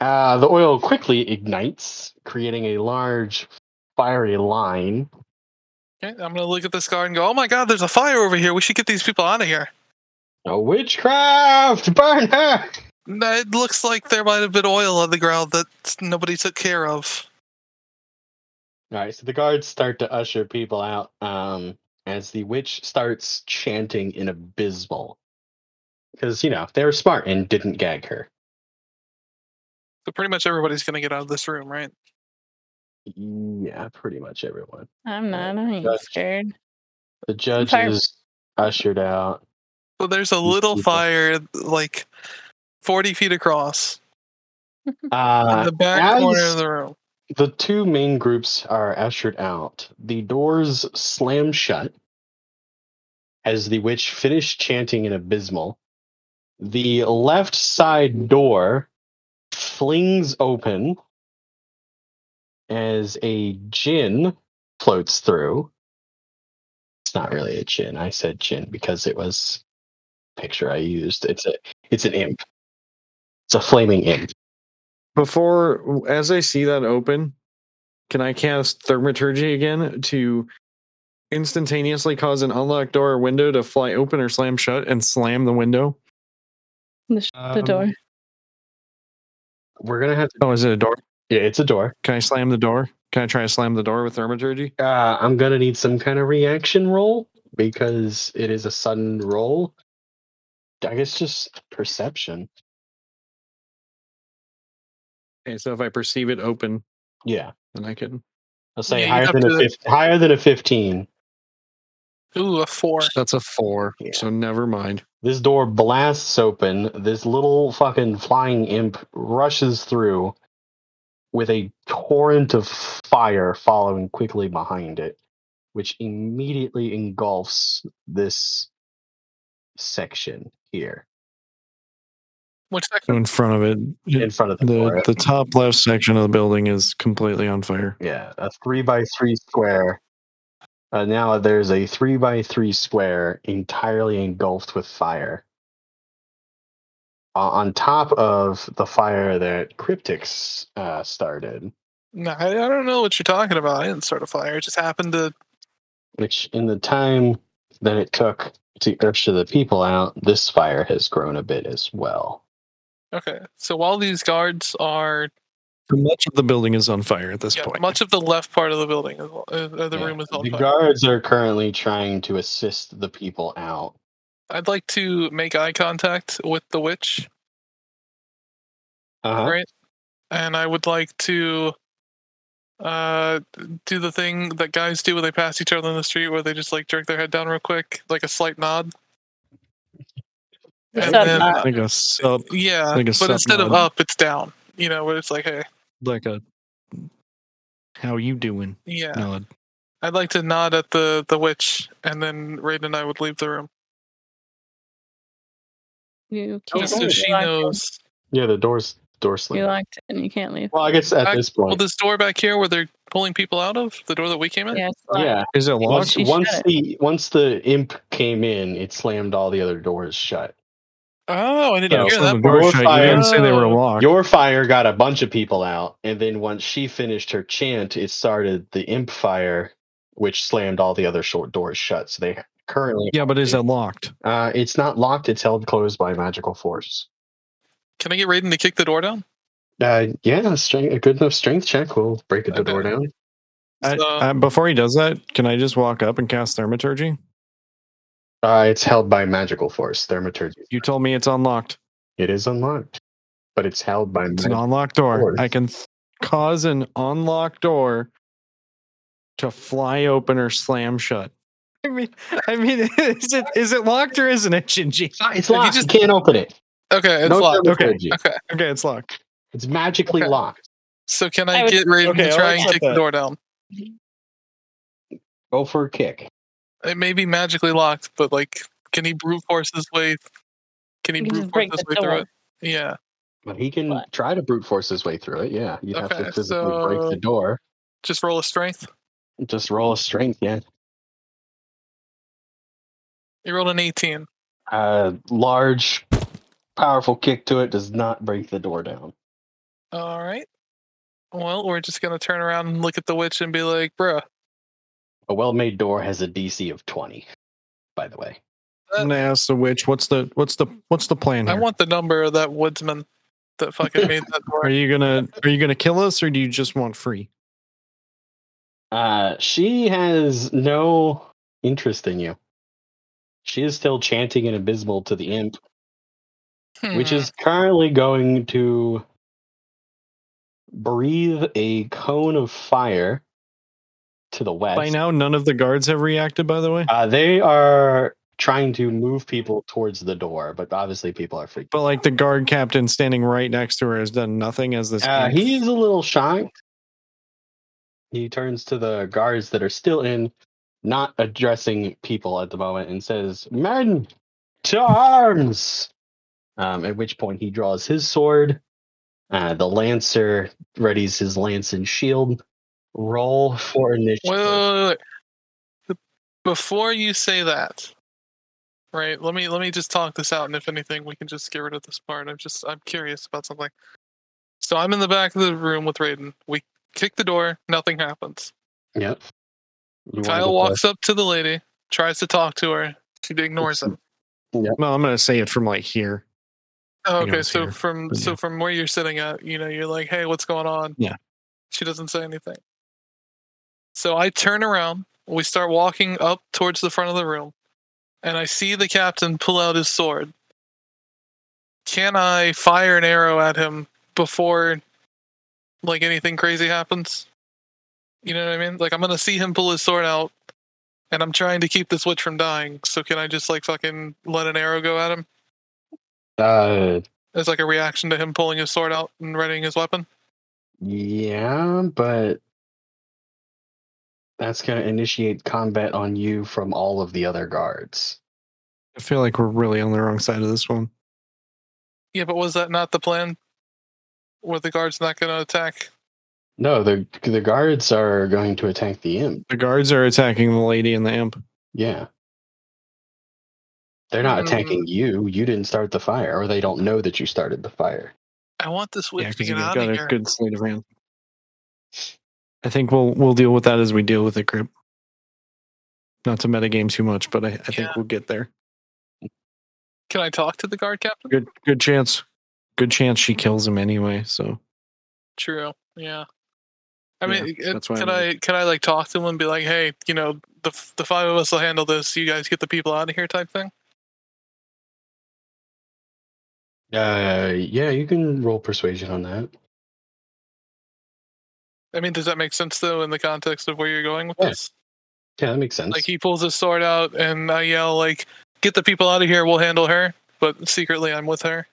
Speaker 2: Uh, the oil quickly ignites, creating a large fiery line.
Speaker 4: Okay, I'm gonna look at this guard and go, "Oh my God, there's a fire over here. We should get these people out of here."
Speaker 2: A witchcraft! Burn her!
Speaker 4: Nah, It looks like there might have been oil on the ground that s- nobody took care of.
Speaker 2: All right, so the guards start to usher people out um, as the witch starts chanting in abysmal. Because, you know, they were smart and didn't gag her.
Speaker 4: So pretty much everybody's gonna get out of this room, right?
Speaker 2: Yeah, pretty much everyone.
Speaker 3: I'm not. I ain't
Speaker 2: Judge.
Speaker 3: scared.
Speaker 2: The judge
Speaker 3: Fire-
Speaker 2: is ushered out.
Speaker 4: So there's a little
Speaker 2: people.
Speaker 4: fire, like forty feet across, in
Speaker 2: Uh,
Speaker 4: the back corner
Speaker 2: as-
Speaker 4: of the room.
Speaker 2: the two main groups are ushered out. The doors slam shut as the witch finished chanting in abysmal. The left side door flings open as a gin floats through. It's not really a gin. I said gin because it was picture I used. It's a it's an imp. It's a flaming imp.
Speaker 1: Before, as I see that open, can I cast Thermaturgy again to instantaneously cause an unlocked door or window to fly open or slam shut and slam the window?
Speaker 3: The, sh- the door.
Speaker 2: Um, We're gonna have to
Speaker 1: Oh, is it a door?
Speaker 2: Yeah, it's a door.
Speaker 1: Can I slam the door? Can I try to slam the door with Thermaturgy?
Speaker 2: Uh, I'm gonna need some kind of reaction roll because it is a sudden roll. I guess just perception.
Speaker 1: Okay, so if I perceive it open,
Speaker 2: Yeah,
Speaker 1: then I can.
Speaker 2: I'll say
Speaker 4: Yeah, you
Speaker 2: higher
Speaker 4: have
Speaker 2: than a
Speaker 4: to-
Speaker 2: 15, higher than a fifteen.
Speaker 4: Ooh, a four.
Speaker 1: That's a four,
Speaker 2: Yeah.
Speaker 1: so never mind.
Speaker 2: This door blasts open. This little fucking flying imp rushes through with a torrent of fire following quickly behind it, which
Speaker 4: Hmm.
Speaker 2: immediately engulfs this section here
Speaker 4: Which
Speaker 2: Hmm.
Speaker 4: section?
Speaker 1: So in front of it,
Speaker 2: in front of the, door.
Speaker 1: the the top left section of the building is completely on fire.
Speaker 2: Yeah, a three by three square. Uh, now there's a three by three square entirely engulfed with fire. Uh, on top of the fire that Cryptics uh, started,
Speaker 4: No, I, I don't know what you're talking about. I didn't start a fire. It just happened to.
Speaker 2: which in the time that it took to usher the people out, this fire has grown a bit as well.
Speaker 4: Okay, so while these guards are,
Speaker 1: So much of the building is on fire at this
Speaker 4: yeah,
Speaker 1: point.
Speaker 4: much of the left part of the building, is, uh, the
Speaker 2: Yeah,
Speaker 4: room is on
Speaker 2: the
Speaker 4: fire.
Speaker 2: guards are currently trying to assist the people out.
Speaker 4: I'd like to make eye contact with the witch,
Speaker 2: Uh-huh.
Speaker 4: Right. and I would like to uh, do the thing that guys do when they pass each other in the street, where they just like jerk their head down real quick, like a slight nod.
Speaker 3: The Uh,
Speaker 4: And
Speaker 3: sub
Speaker 4: then- uh,
Speaker 3: nod.
Speaker 1: like a sub,
Speaker 4: Yeah,
Speaker 1: Like a
Speaker 4: but
Speaker 1: sub
Speaker 4: instead of
Speaker 1: nod.
Speaker 4: up, it's down. You know, where it's like, hey,
Speaker 1: like a how you doing?
Speaker 4: yeah.
Speaker 1: nod.
Speaker 4: I'd like to nod at the the witch, and then Raiden and I would leave the room,
Speaker 3: You can't
Speaker 4: just so
Speaker 2: Okay.
Speaker 3: leave.
Speaker 4: she
Speaker 3: You locked in.
Speaker 4: knows.
Speaker 2: Yeah, the doors doors
Speaker 3: You
Speaker 2: slam.
Speaker 3: locked in. You can't leave.
Speaker 2: Well, I guess at
Speaker 4: I-
Speaker 2: this point,
Speaker 4: Well, this door back here, where they're pulling people out of, the door that we came in.
Speaker 3: Yeah, it's locked.
Speaker 2: yeah,
Speaker 1: Is it
Speaker 2: Once,
Speaker 1: locked?
Speaker 3: she
Speaker 2: once
Speaker 3: shut
Speaker 2: the once the imp came in, it slammed all the other doors shut.
Speaker 4: Oh, I
Speaker 2: Yeah,
Speaker 4: didn't hear
Speaker 2: so
Speaker 1: the
Speaker 4: that
Speaker 1: door
Speaker 4: part.
Speaker 2: Your
Speaker 1: shut. You didn't say they were
Speaker 4: fire-
Speaker 1: locked.
Speaker 2: Your fire got a bunch of people out, and then once she finished her chant, it started the imp fire, which slammed all the other short doors shut. So they currently,
Speaker 1: yeah, but is it locked?
Speaker 2: uh, it's not locked; it's held closed by magical force.
Speaker 4: Can I get Raiden to kick the door down?
Speaker 2: Uh, yeah, strength, a good enough strength check will break the
Speaker 4: Okay.
Speaker 2: door down.
Speaker 1: I,
Speaker 4: So-
Speaker 1: I, before he does that, can I just walk up and cast Thermaturgy?
Speaker 2: Uh, it's held by magical force. Thermaturgy.
Speaker 1: You told me it's unlocked.
Speaker 2: It is unlocked, but it's held by.
Speaker 1: It's
Speaker 2: mag-
Speaker 1: an unlocked door.
Speaker 2: course.
Speaker 1: I can th- cause an unlocked door to fly open or slam shut. I mean, I mean, is it is it locked or isn't it, Shinji?
Speaker 2: It's, not, it's
Speaker 4: If you
Speaker 2: locked. You,
Speaker 4: just-
Speaker 2: can't open it.
Speaker 4: Okay, it's
Speaker 2: No
Speaker 4: locked.
Speaker 2: thermophage.
Speaker 4: Okay.
Speaker 1: Okay, it's locked.
Speaker 2: It's magically
Speaker 4: Okay.
Speaker 2: locked.
Speaker 4: So can
Speaker 3: I
Speaker 4: I,
Speaker 3: would-
Speaker 4: get Raiden
Speaker 1: Okay,
Speaker 4: to
Speaker 1: I'll
Speaker 4: try and
Speaker 1: accept
Speaker 4: kick
Speaker 1: that.
Speaker 4: the door down?
Speaker 2: Go for a kick.
Speaker 4: It may be magically locked, but like, can he brute force his way? Can he
Speaker 3: You can
Speaker 4: brute
Speaker 3: just
Speaker 4: force
Speaker 3: break
Speaker 4: his
Speaker 3: the
Speaker 4: way through
Speaker 3: door.
Speaker 4: it? Yeah.
Speaker 2: But he can
Speaker 3: What?
Speaker 2: try to brute force his way through it. Yeah, you have
Speaker 4: Okay,
Speaker 2: to physically break
Speaker 4: so-
Speaker 2: the door.
Speaker 4: Just roll a strength.
Speaker 2: Just roll a strength. Yeah.
Speaker 4: You rolled an 18.
Speaker 2: Uh, large, powerful kick to it does not break the door down.
Speaker 4: All right. Well, we're just gonna turn around and look at the witch and be like, "Bruh,
Speaker 2: A well-made door has a DC of twenty. By the way,
Speaker 1: I'm gonna ask the witch. What's the what's the what's the plan?
Speaker 4: Uh, I
Speaker 1: here?
Speaker 4: want the number of that woodsman that fucking made that
Speaker 1: Are
Speaker 4: door."
Speaker 1: you gonna are you gonna kill us or do you just want free?
Speaker 2: uh, she has no interest in you. She is still chanting and invisible to the imp, which
Speaker 4: Hmm.
Speaker 2: is currently going to breathe a cone of fire to the west.
Speaker 1: By now, none of the guards have reacted. By the way,
Speaker 2: Uh, they are trying to move people towards the door, but obviously people are freaking.
Speaker 1: but like the guard captain standing right next to her has done nothing as this.
Speaker 2: Uh,
Speaker 1: imp-
Speaker 2: he's a little shocked. He turns to the guards that are still in, not addressing people at the moment, and says, "Men, to arms!" Um, at which point he draws his sword. Uh, the lancer readies his lance and shield. Roll for initiative.
Speaker 4: Hmm. Wait, wait, wait, wait. The- Before you say that, right? Let me let me just talk this out, and if anything, we can just get rid of this part. I'm just I'm curious about something. So I'm in the back of the room with Raiden. We kick the door. Nothing happens.
Speaker 2: Yep. You wanna
Speaker 4: Kyle
Speaker 2: go
Speaker 4: walks up to the lady, tries to talk to her. She ignores him.
Speaker 1: No, I'm gonna say it from like here.
Speaker 4: Oh,
Speaker 1: You know,
Speaker 4: okay,
Speaker 1: it's
Speaker 4: so
Speaker 1: here,
Speaker 4: from
Speaker 1: but yeah.
Speaker 4: so from where you're sitting at, you know, you're like, "Hey, what's going on?"
Speaker 1: Yeah.
Speaker 4: She doesn't say anything. So I turn around. We start walking up towards the front of the room, and I see the captain pull out his sword. Can I fire an arrow at him before, like, anything crazy happens? You know what I mean? Like, I'm gonna see him pull his sword out, and I'm trying to keep this witch from dying. So can I just like fucking let an arrow go at him?
Speaker 2: Uh,
Speaker 4: as like a reaction to him pulling his sword out and readying his weapon.
Speaker 2: Yeah, but that's going to initiate combat on you from all of the other guards.
Speaker 1: I feel like we're really on the wrong side of this one.
Speaker 4: Yeah, but was that not the plan? Were the guards not going to attack?
Speaker 2: No, the the guards are going to attack the imp.
Speaker 1: The guards are attacking the lady and the imp.
Speaker 2: Yeah. They're not
Speaker 4: Hmm.
Speaker 2: attacking you. You didn't start the fire, or they don't know that you started the fire.
Speaker 4: I want this witch
Speaker 1: Yeah,
Speaker 4: to
Speaker 1: because
Speaker 4: get
Speaker 1: you've
Speaker 4: out
Speaker 1: got
Speaker 4: of
Speaker 1: a
Speaker 4: here.
Speaker 1: good slate of hand. I think we'll we'll deal with that as we deal with the crypt. Not to metagame too much, but I, I think
Speaker 4: Yeah.
Speaker 1: we'll get there.
Speaker 4: Can I talk to the guard captain?
Speaker 1: Good good chance. Good chance she kills him anyway. So
Speaker 4: True. Yeah. I
Speaker 1: Yeah,
Speaker 4: mean, it-
Speaker 1: that's why
Speaker 4: can
Speaker 1: I'm
Speaker 4: I can I like talk to him and be like, hey, you know, the f- the five of us will handle this. You guys get the people out of here, type thing.
Speaker 2: Uh, yeah, you can roll persuasion on that.
Speaker 4: I mean, does that make sense though in the context of where you're going with
Speaker 2: Yeah.
Speaker 4: this?
Speaker 2: Yeah, that makes sense.
Speaker 4: Like he pulls his sword out and I yell like, "Get the people out of here. We'll handle her." But secretly, I'm with her.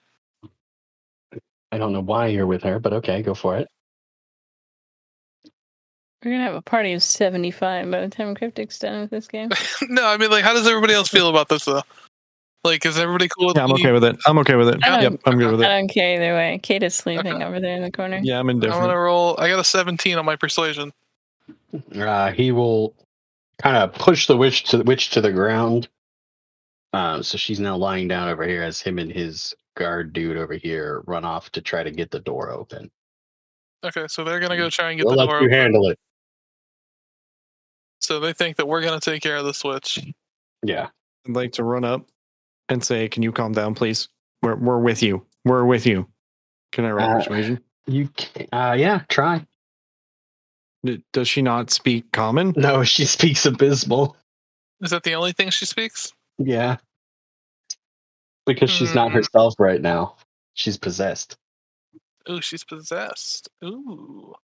Speaker 2: I don't know why you're with her, but okay, go for it.
Speaker 3: We're gonna have a party of seventy-five by the time Cryptic's done with this game.
Speaker 4: No, I mean, like, how does everybody else feel about this though? Like, is everybody cool with
Speaker 1: Yeah, I'm
Speaker 4: me?
Speaker 1: okay with it. I'm okay with it.
Speaker 3: I don't-
Speaker 1: Yep, I'm good with
Speaker 3: I
Speaker 1: it.
Speaker 3: don't care either way. Kate is sleeping over there in the corner.
Speaker 1: Yeah, I'm
Speaker 4: I'm
Speaker 1: indifferent.
Speaker 4: gonna roll. I got a 17 on my persuasion.
Speaker 2: Uh, he will kind of push the witch to the witch to the ground. Um, so she's now lying down over here as him and his guard dude over here run off to try to get the door open.
Speaker 4: Okay, so they're gonna go
Speaker 1: Mm.
Speaker 4: try and get
Speaker 2: We'll
Speaker 4: the
Speaker 2: let
Speaker 4: door.
Speaker 2: you
Speaker 4: open.
Speaker 2: handle it.
Speaker 4: So they think that we're gonna take care of the switch.
Speaker 2: Yeah.
Speaker 1: I'd like to run up and say, Can you calm down, please? We're we're with you. We're with you. Can I roll
Speaker 2: Uh,
Speaker 1: persuasion?
Speaker 2: You can, uh yeah, try.
Speaker 1: D- Does she not speak common?
Speaker 2: No, she speaks abysmal.
Speaker 4: Is that the only thing she speaks?
Speaker 2: Yeah. Because she's not
Speaker 4: Hmm.
Speaker 2: herself right now. She's possessed.
Speaker 4: Ooh, she's possessed. Ooh.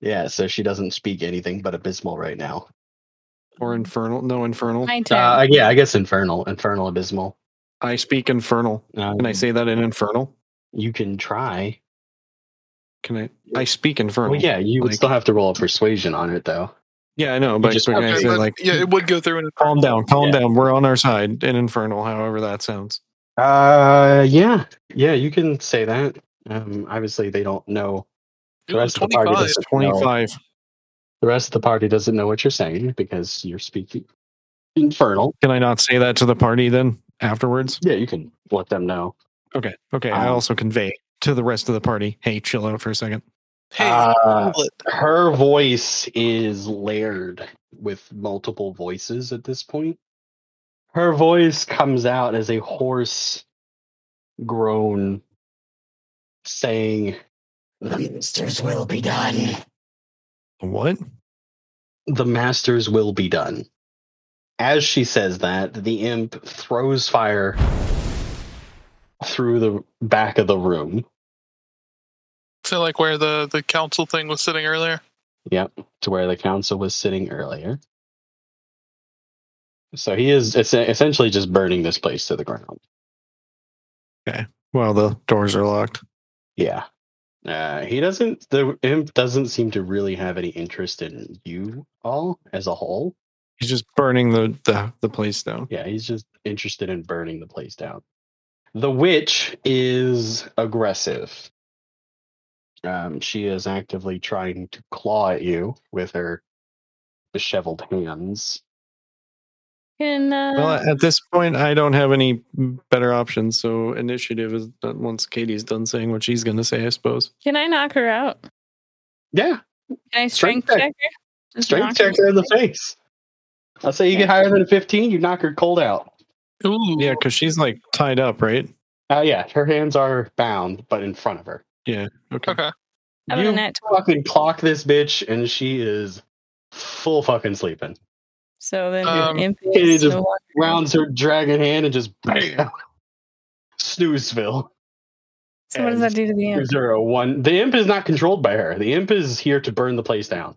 Speaker 2: Yeah, so she doesn't speak anything but abysmal right now.
Speaker 1: or infernal? No, infernal. I,
Speaker 3: My turn.
Speaker 2: Uh, yeah, I guess infernal, infernal abysmal.
Speaker 1: speak infernal.
Speaker 2: Um,
Speaker 1: Can I say that in infernal?
Speaker 2: You can try.
Speaker 1: Can I? I speak infernal.
Speaker 2: Well, yeah, you would
Speaker 1: Like-
Speaker 2: still have to roll a persuasion on it though.
Speaker 1: yeah, I know, but,
Speaker 2: just-
Speaker 1: but can I
Speaker 4: Okay,
Speaker 1: say
Speaker 4: but
Speaker 1: like,
Speaker 4: yeah, it would go through an
Speaker 1: calm down, calm
Speaker 2: Yeah.
Speaker 1: down. We're on our side in infernal. However that sounds.
Speaker 2: Uh, yeah, yeah, you can say that. Um, obviously they don't know. The
Speaker 4: Ooh,
Speaker 2: rest of the party
Speaker 4: 25.
Speaker 2: doesn't know.
Speaker 1: Twenty-five.
Speaker 2: The rest of the party doesn't know what you're saying because you're speaking infernal.
Speaker 1: Can I not say that to the party then afterwards?
Speaker 2: Yeah, you can let them know.
Speaker 1: Okay. Okay. I
Speaker 2: Um,
Speaker 1: also convey to the rest of the party, hey, chill out for a second.
Speaker 4: Hey,
Speaker 2: Uh,
Speaker 4: Hamlet.
Speaker 2: her voice is layered with multiple voices at this point. Her voice comes out as a hoarse groan saying, The masters will be done.
Speaker 1: What?
Speaker 2: The masters will be done. As she says that, the imp throws fire through the back of the room
Speaker 4: so like where the the council thing was sitting earlier.
Speaker 2: Yep, to where the council was sitting earlier. So he is es- essentially just burning this place to the ground.
Speaker 1: Well, the doors are locked.
Speaker 2: Yeah. Uh, he doesn't, the imp doesn't seem to really have any interest in you all as a whole.
Speaker 1: He's just burning the, the, the place down.
Speaker 2: Yeah, he's just interested in burning the place down. The witch is aggressive. Um, she is actively trying to claw at you with her disheveled hands.
Speaker 3: Can, uh,
Speaker 1: Well, at this point, I don't have any better options. So, initiative is done once Katie's done saying what she's going to say, I suppose.
Speaker 3: can I knock her out?
Speaker 2: Yeah,
Speaker 3: Can I
Speaker 2: Strength
Speaker 3: strength
Speaker 2: check.
Speaker 3: check her? Just
Speaker 2: Strength
Speaker 3: knock her
Speaker 2: check her in the face. Let's say you get higher than a 15, you knock her cold out.
Speaker 4: Ooh,
Speaker 1: Yeah, because she's like tied up, right?
Speaker 2: Uh, yeah, her hands are bound, but in front of her.
Speaker 1: Okay.
Speaker 4: Okay.
Speaker 3: out of
Speaker 2: You
Speaker 3: the net.
Speaker 2: fucking clock this bitch, and she is full fucking sleeping.
Speaker 3: So then
Speaker 4: Um,
Speaker 3: imp
Speaker 2: Katie
Speaker 3: is
Speaker 2: just
Speaker 3: no longer-
Speaker 2: Rounds her dragon hand and just bam! Snoozeville.
Speaker 3: So what does that do to the imp?
Speaker 2: Gives her a one. The imp is not controlled by her. The imp is here to burn the place down.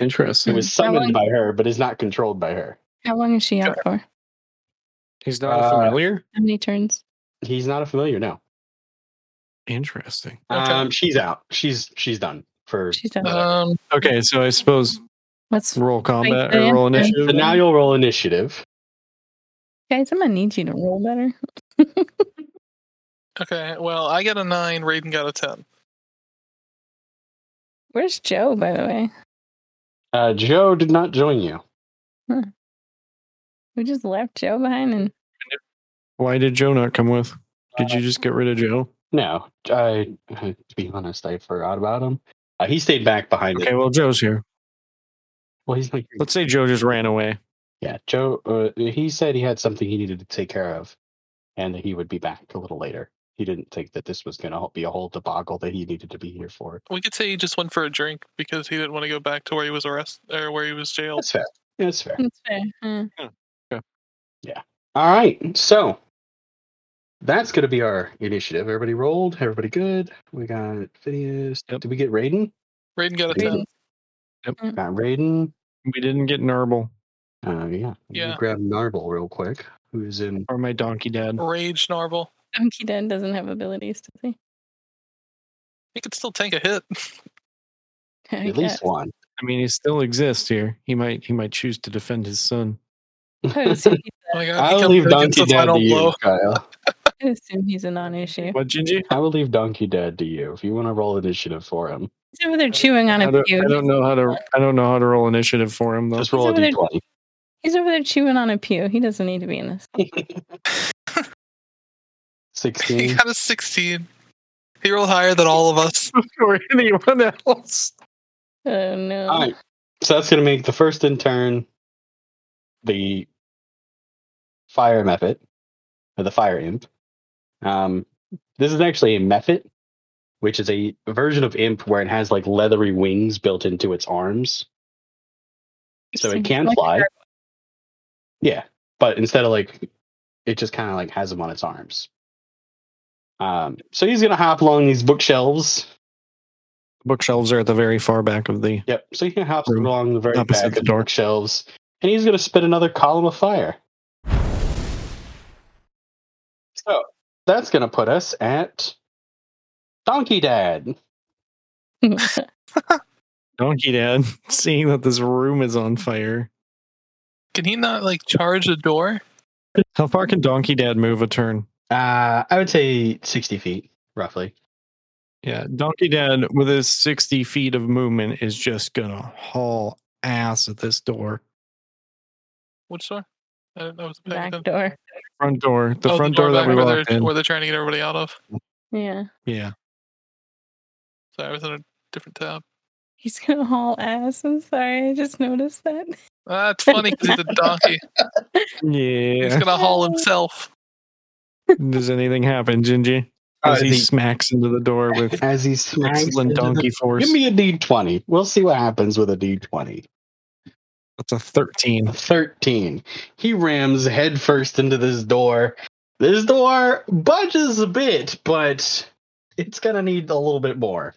Speaker 2: It
Speaker 1: Interesting.
Speaker 2: was
Speaker 3: How
Speaker 2: summoned
Speaker 3: long-
Speaker 2: by her, but is not controlled by her.
Speaker 3: How long is she out for?
Speaker 1: He's not
Speaker 2: Uh,
Speaker 1: a familiar.
Speaker 3: How many turns?
Speaker 2: He's not a familiar now.
Speaker 1: Interesting.
Speaker 4: Okay.
Speaker 2: Um, she's out. She's she's done for
Speaker 3: She's done.
Speaker 4: Um,
Speaker 1: Okay, so I suppose
Speaker 3: What's
Speaker 1: roll combat or
Speaker 3: Diane.
Speaker 1: roll initiative.
Speaker 2: So now you'll roll initiative.
Speaker 3: guys? I'm gonna need you to roll better.
Speaker 4: okay. Well, I got a nine. Raiden got a ten.
Speaker 3: Where's Joe, by the way?
Speaker 2: Uh, Joe did not join you.
Speaker 3: We just left Joe behind, and
Speaker 1: Why did Joe not come with? Did you just get rid of Joe?
Speaker 2: No, I to be honest, I forgot about him. Uh, he stayed back behind.
Speaker 1: Okay,
Speaker 2: It.
Speaker 1: well, Joe's here.
Speaker 2: Well, he's like,
Speaker 1: Let's say Joe just ran away.
Speaker 2: yeah, Joe. Uh, he said he had something he needed to take care of, and that he would be back a little later. He didn't think that this was going to be a whole debacle that he needed to be here for.
Speaker 4: We could say he just went for a drink because he didn't want to go back to where he was arrested or where he was jailed.
Speaker 2: That's fair. That's fair.
Speaker 3: that's fair. Uh, Huh.
Speaker 2: All right, so that's going to be our initiative. Everybody rolled. Everybody good. We got Phineas.
Speaker 1: Yep.
Speaker 2: Did we get Raiden?
Speaker 4: Raiden got a
Speaker 2: Yeah.
Speaker 4: ten.
Speaker 2: Got Raiden.
Speaker 1: We didn't get Narble
Speaker 2: Uh, yeah. Let me
Speaker 4: Yeah.
Speaker 2: Grab Narble real quick, who's in.
Speaker 1: or my donkey dad.
Speaker 4: Rage Narvel.
Speaker 3: Donkey Den doesn't have abilities, does he?
Speaker 4: He could still take a hit. Oh
Speaker 3: I
Speaker 2: At least
Speaker 3: guess.
Speaker 2: one.
Speaker 1: I mean, he still exists here. He might he might choose to defend his son.
Speaker 3: I'd assume,
Speaker 4: Oh my God, he
Speaker 2: I'll
Speaker 4: comes
Speaker 2: leave
Speaker 4: in against
Speaker 2: Donkey
Speaker 4: the
Speaker 2: Dad
Speaker 4: final
Speaker 2: to you,
Speaker 4: blow.
Speaker 2: Kyle.
Speaker 3: I'd assume he's a non-issue.
Speaker 1: What, Gingy?
Speaker 2: I will leave Donkey Dad to you if you want to roll initiative for him.
Speaker 3: He's over there chewing on
Speaker 1: I
Speaker 3: a
Speaker 1: don't,
Speaker 3: pew.
Speaker 1: I don't know how to I don't know how to roll initiative for him though.
Speaker 2: Just roll a
Speaker 3: He's over there.
Speaker 2: d20.
Speaker 3: He's over there chewing on a pew. He doesn't need to be in this.
Speaker 4: He
Speaker 2: 16.
Speaker 4: got a sixteen. He rolled higher than all of us.
Speaker 1: or anyone else.
Speaker 3: Oh no!
Speaker 2: All right. So that's going to make the first intern the fire method, or the fire imp. Um, this is actually a method, which is a version of imp where it has like leathery wings built into its arms. so it can
Speaker 3: Like
Speaker 2: fly.
Speaker 3: her-
Speaker 2: Yeah, but instead of like, it just kind of like has him on its arms. Um, so he's gonna hop along these bookshelves,
Speaker 1: Bookshelves are at the very far back of the.
Speaker 2: Yep. So he hops
Speaker 1: Room.
Speaker 2: along the very
Speaker 1: Opposite
Speaker 2: back
Speaker 1: the
Speaker 2: of the
Speaker 1: door.
Speaker 2: dark shelves, and he's going to spit another column of fire. So that's going to put us at Donkey Dad.
Speaker 1: Donkey Dad, seeing that this room is on fire.
Speaker 4: Can he not like charge the door?
Speaker 1: How far can Donkey Dad move a turn?
Speaker 2: Uh, I would say sixty feet, roughly.
Speaker 1: Yeah, Donkey Dad with his 60 feet of movement is just gonna haul ass at this door.
Speaker 4: Which door? I don't know.
Speaker 3: Back door.
Speaker 1: Front door, the
Speaker 4: Oh,
Speaker 1: front door, that
Speaker 4: back
Speaker 1: we
Speaker 4: where they're,
Speaker 1: walked in.
Speaker 4: where they're trying to get everybody out of.
Speaker 3: Yeah.
Speaker 1: Yeah,
Speaker 4: Sorry, I was in a different tab.
Speaker 3: He's gonna haul ass. I'm sorry, I just noticed that.
Speaker 4: Ah, it's funny because he's a donkey. He's
Speaker 1: yeah.
Speaker 4: gonna haul himself.
Speaker 1: Does anything happen, Gingy? As he smacks into Uh, the door with
Speaker 2: as he smacks
Speaker 1: excellent
Speaker 2: into the-
Speaker 1: donkey
Speaker 2: Give
Speaker 1: force.
Speaker 2: me a D twenty. We'll see what happens with a D twenty.
Speaker 1: That's a 13.
Speaker 2: 13. He rams headfirst into this door. This door budges a bit, but it's going to need a little bit more.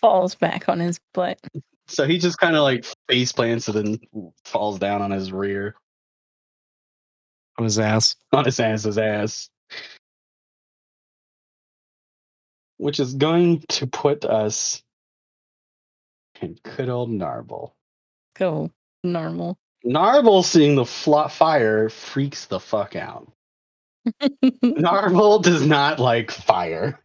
Speaker 3: Falls back on his butt.
Speaker 2: So he just kind of like face plants and then falls down on his rear,
Speaker 1: on his ass.
Speaker 2: on his ass's ass. Which is going to put us in good old Narble.
Speaker 3: Go normal.
Speaker 2: Narble seeing the fl- fire freaks the fuck out. Narble does not like fire.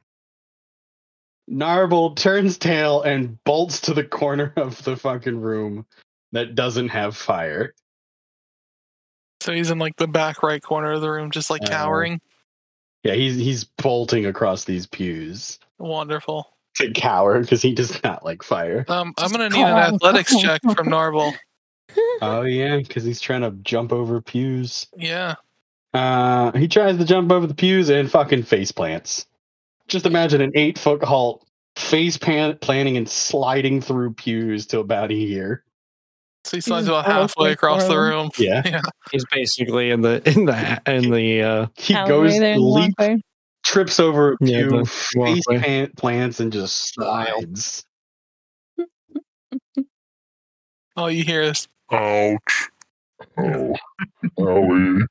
Speaker 2: Narble turns tail and bolts to the corner of the fucking room that doesn't have fire.
Speaker 4: So he's in like the back right corner of the room, just like
Speaker 2: Oh.
Speaker 4: cowering.
Speaker 2: Yeah, he's he's bolting across these pews
Speaker 4: Wonderful.
Speaker 2: to cower because he does not like fire.
Speaker 4: Um, I'm
Speaker 3: Just
Speaker 4: gonna need an
Speaker 3: call.
Speaker 4: athletics check from Narvel.
Speaker 2: Oh yeah, because he's trying to jump over pews.
Speaker 4: Yeah.
Speaker 2: Uh, he tries to jump over the pews and fucking face plants. Just imagine an eight foot halt, face pan- planting and sliding through pews to about here.
Speaker 4: So he slides
Speaker 3: just
Speaker 4: about
Speaker 3: falls
Speaker 4: halfway
Speaker 3: like
Speaker 4: across the
Speaker 3: forward.
Speaker 4: room.
Speaker 2: Yeah.
Speaker 1: He's basically in the in the in the uh
Speaker 2: he
Speaker 3: How
Speaker 2: goes
Speaker 3: were they
Speaker 2: leap,
Speaker 3: walking?
Speaker 2: trips over
Speaker 1: Yeah,
Speaker 2: two
Speaker 1: the
Speaker 2: face
Speaker 1: walkway.
Speaker 2: plant plants and just slides.
Speaker 4: All you hear is
Speaker 5: Ouch. Oh, Ellie.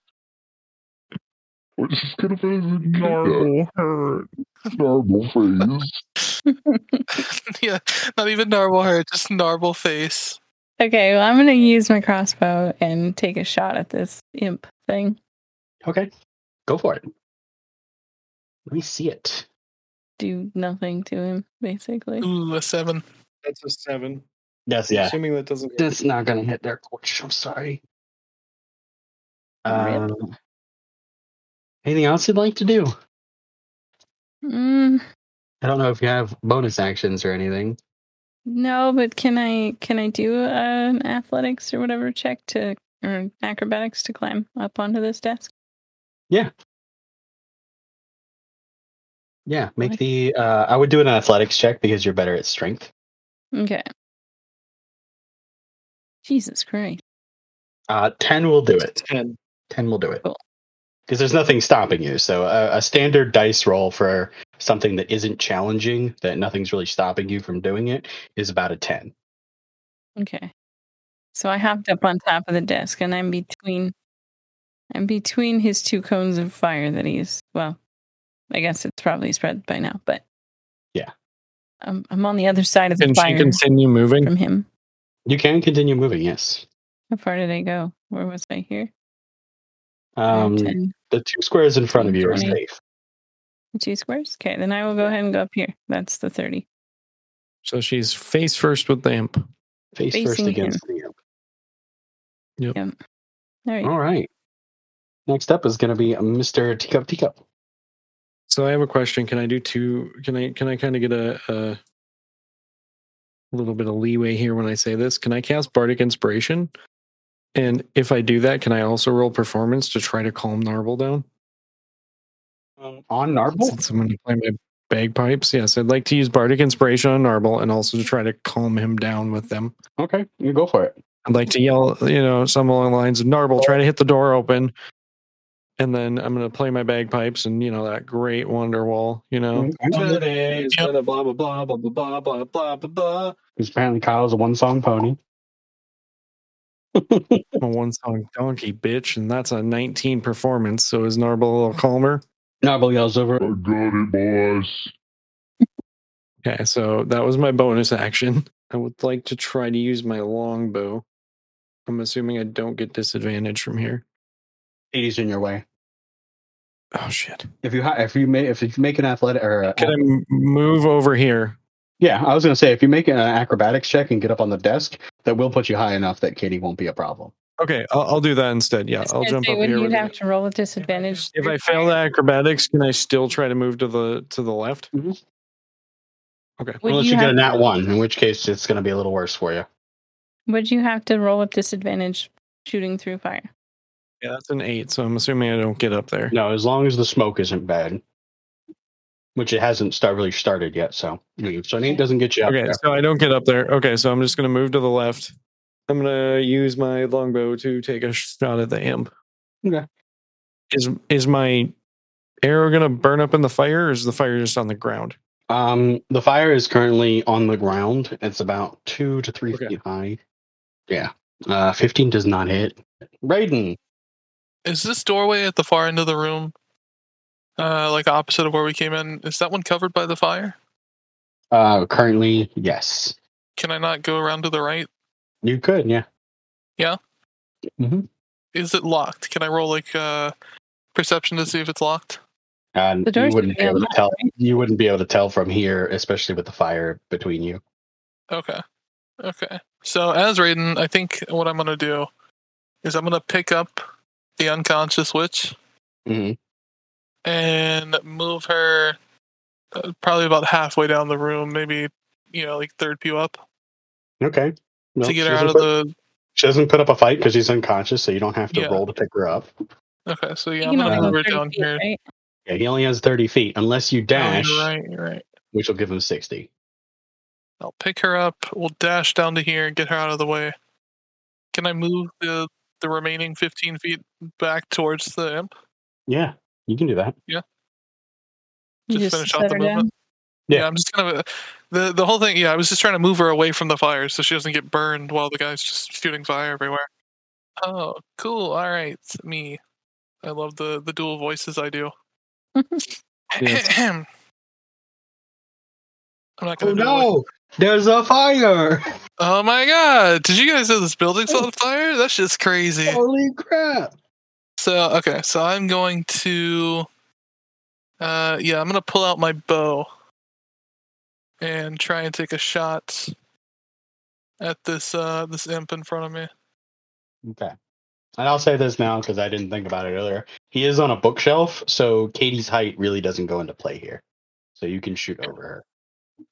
Speaker 5: Which is gonna be the
Speaker 1: hurt.
Speaker 5: normal uh, phase.
Speaker 4: yeah, not even Narvel hair, just Narvel face.
Speaker 3: Okay, well, I'm gonna use my crossbow and take a shot at this imp thing.
Speaker 2: Okay, go for it. Let me see it.
Speaker 3: Do nothing to him, basically.
Speaker 4: Ooh, a seven.
Speaker 1: That's a seven.
Speaker 2: That's yeah.
Speaker 1: Assuming that doesn't hit.
Speaker 2: That's not gonna hit their coach. I'm sorry. Uh, anything else you'd like to do?
Speaker 3: Mm,
Speaker 2: I don't know if you have bonus actions or anything.
Speaker 3: no, but can I can I do uh, an athletics or whatever check to or acrobatics to climb up onto this desk?
Speaker 2: Yeah, make
Speaker 3: What?
Speaker 2: the. Uh, I would do an athletics check because you're better at strength.
Speaker 3: Okay. Jesus Christ.
Speaker 2: Uh, Ten will do it.
Speaker 1: Ten.
Speaker 2: 10 will do it.
Speaker 3: Cool.
Speaker 2: Because there's nothing stopping you. So uh, a, a standard dice roll for something that isn't challenging, that nothing's really stopping you from doing it, is about a 10.
Speaker 3: Okay. So I hopped up on top of the desk and I'm between I'm between his two cones of fire that he's well, I guess it's probably spread by now, but
Speaker 2: Yeah.
Speaker 3: I'm I'm on the other side of the
Speaker 1: Can she
Speaker 3: fire
Speaker 1: continue moving?
Speaker 3: from him.
Speaker 2: You can continue moving, yes.
Speaker 3: How far did I go? Where was I here? Five,
Speaker 2: Um, the
Speaker 3: 10,
Speaker 2: two squares in front of you are
Speaker 3: 20.
Speaker 2: safe.
Speaker 3: two squares? Okay, then I will go ahead and go up here. That's the thirty.
Speaker 1: So she's face first with the imp.
Speaker 2: Face first
Speaker 3: Facing
Speaker 2: against the imp.
Speaker 3: All right.
Speaker 2: All right. Next up is going to be Mr. Teacup Teacup.
Speaker 1: So I have a question. Can I do two? Can I can I kind of get a, a little bit of leeway here when I say this? Can I cast Bardic Inspiration? And if I do that, can I also roll performance to try to calm Narble down?
Speaker 2: Um, on Narble?
Speaker 1: Since I'm going to play my bagpipes, yes, I'd like to use Bardic Inspiration on Narble and also to try to calm him down with them.
Speaker 2: Okay, you go for it.
Speaker 1: I'd like to yell, you know, some along the lines of Narble, try to hit the door open. And then I'm gonna play my bagpipes and you know that great Wonderwall, you
Speaker 2: Mm-hmm. Oh.
Speaker 1: know.
Speaker 2: Mm,
Speaker 1: Today is gonna blah blah blah blah blah blah blah blah blah.
Speaker 2: Because apparently Kyle's a one song pony.
Speaker 1: I'm a one song donkey bitch, and that's a 19 performance. So is Narble a little calmer?
Speaker 2: Narble yells over.
Speaker 5: I got it, boss.
Speaker 1: Okay, so that was my bonus action. I would like to try to use my longbow. I'm assuming I don't get disadvantage from here.
Speaker 2: 80's in your way.
Speaker 1: Oh shit!
Speaker 2: If you ha- if you make if you make an athletic or a-
Speaker 1: Can I m- move over here?
Speaker 2: yeah, I was gonna say if you make an acrobatics check and get up on the desk, that will put you high enough that Katie won't be a problem.
Speaker 1: Okay, I'll, I'll do that instead.
Speaker 3: I
Speaker 1: Yeah,
Speaker 3: was
Speaker 1: I'll
Speaker 3: gonna
Speaker 1: jump
Speaker 3: say,
Speaker 1: up
Speaker 3: wouldn't
Speaker 1: here.
Speaker 3: you
Speaker 1: with
Speaker 3: have
Speaker 1: it.
Speaker 3: to roll with disadvantage?
Speaker 1: If I fail the acrobatics, can I still try to move to the to the left?
Speaker 2: Mhm.
Speaker 1: Okay.
Speaker 3: Would
Speaker 2: Unless you,
Speaker 3: you
Speaker 2: get
Speaker 3: have-
Speaker 2: a nat one, in which case it's gonna be a little worse for you.
Speaker 3: Would you have to roll with disadvantage shooting through fire?
Speaker 1: Yeah, that's an eight. So I'm assuming I don't get up there.
Speaker 2: No, as long as the smoke isn't bad, which it hasn't start really started yet. So so an eight doesn't get you up
Speaker 1: Okay,
Speaker 2: there.
Speaker 1: so I don't get up there. Okay, so I'm just gonna move to the left. I'm gonna use my longbow to take a shot at the imp.
Speaker 2: Okay.
Speaker 1: Is is my arrow gonna burn up in the fire, or is the fire just on the ground?
Speaker 2: Um, the fire is currently on the ground. It's about two to three
Speaker 1: Okay.
Speaker 2: feet high. Yeah. Uh, 15 does not hit. Raiden.
Speaker 4: Is this doorway at the far end of the room, uh, like opposite of where we came in, is that one covered by the fire?
Speaker 2: Uh, currently, yes.
Speaker 4: Can I not go around to the right?
Speaker 2: You could, yeah.
Speaker 4: Is it locked? Can I roll like uh, perception to see if it's locked?
Speaker 2: Uh,
Speaker 3: The
Speaker 2: you
Speaker 3: door's
Speaker 2: wouldn't be
Speaker 3: gonna be
Speaker 2: able to
Speaker 3: unlocked,
Speaker 2: tell.
Speaker 3: right?
Speaker 2: You wouldn't be able to tell from here, especially with the fire between you.
Speaker 4: Okay. Okay. So as Raiden, I think what I'm gonna do is I'm gonna pick up the unconscious witch
Speaker 2: Mhm.
Speaker 4: and move her uh, probably about halfway down the room, maybe you know like third pew up
Speaker 2: Okay. Well,
Speaker 4: to get
Speaker 2: she
Speaker 4: her out
Speaker 2: doesn't
Speaker 4: of
Speaker 2: put-
Speaker 4: the.
Speaker 2: She doesn't put up a fight because she's unconscious, so you don't have to
Speaker 4: Yeah.
Speaker 2: roll to pick her up.
Speaker 4: Okay, so yeah,
Speaker 3: You
Speaker 4: I'm
Speaker 3: can
Speaker 4: gonna
Speaker 3: only
Speaker 4: move
Speaker 3: go
Speaker 4: her
Speaker 3: 30
Speaker 4: down
Speaker 3: feet,
Speaker 4: here.
Speaker 3: right?
Speaker 2: Yeah, he only has 30 feet unless you
Speaker 4: Oh,
Speaker 2: dash,
Speaker 4: you're right. You're right.
Speaker 2: which will give him 60.
Speaker 4: I'll pick her up. We'll dash down to here and get her out of the way. Can I move the the remaining 15 feet back towards the imp?
Speaker 2: Yeah, you can do that.
Speaker 3: You
Speaker 4: Just finish off
Speaker 3: set
Speaker 4: the
Speaker 3: her down.
Speaker 4: movement?
Speaker 2: Yeah.
Speaker 4: Yeah. I'm just kind of uh, the the whole thing. Yeah, I was just trying to move her away from the fire so she doesn't get burned while the guy's just shooting fire everywhere. Oh, cool. All right, me. I love the the dual voices I do.
Speaker 1: Yes.
Speaker 4: I'm not
Speaker 2: Oh
Speaker 4: gonna. do it.
Speaker 2: no! There's a fire!
Speaker 4: Oh my god! Did you guys know this building's
Speaker 2: Oh.
Speaker 4: on fire? That's just crazy.
Speaker 2: Holy crap!
Speaker 4: So okay, so I'm going to uh yeah, I'm gonna pull out my bow and try and take a shot at this uh this imp in front of me.
Speaker 2: Okay. And I'll say this now because I didn't think about it earlier. He is on a bookshelf, so Katie's height really doesn't go into play here. So you can shoot over her.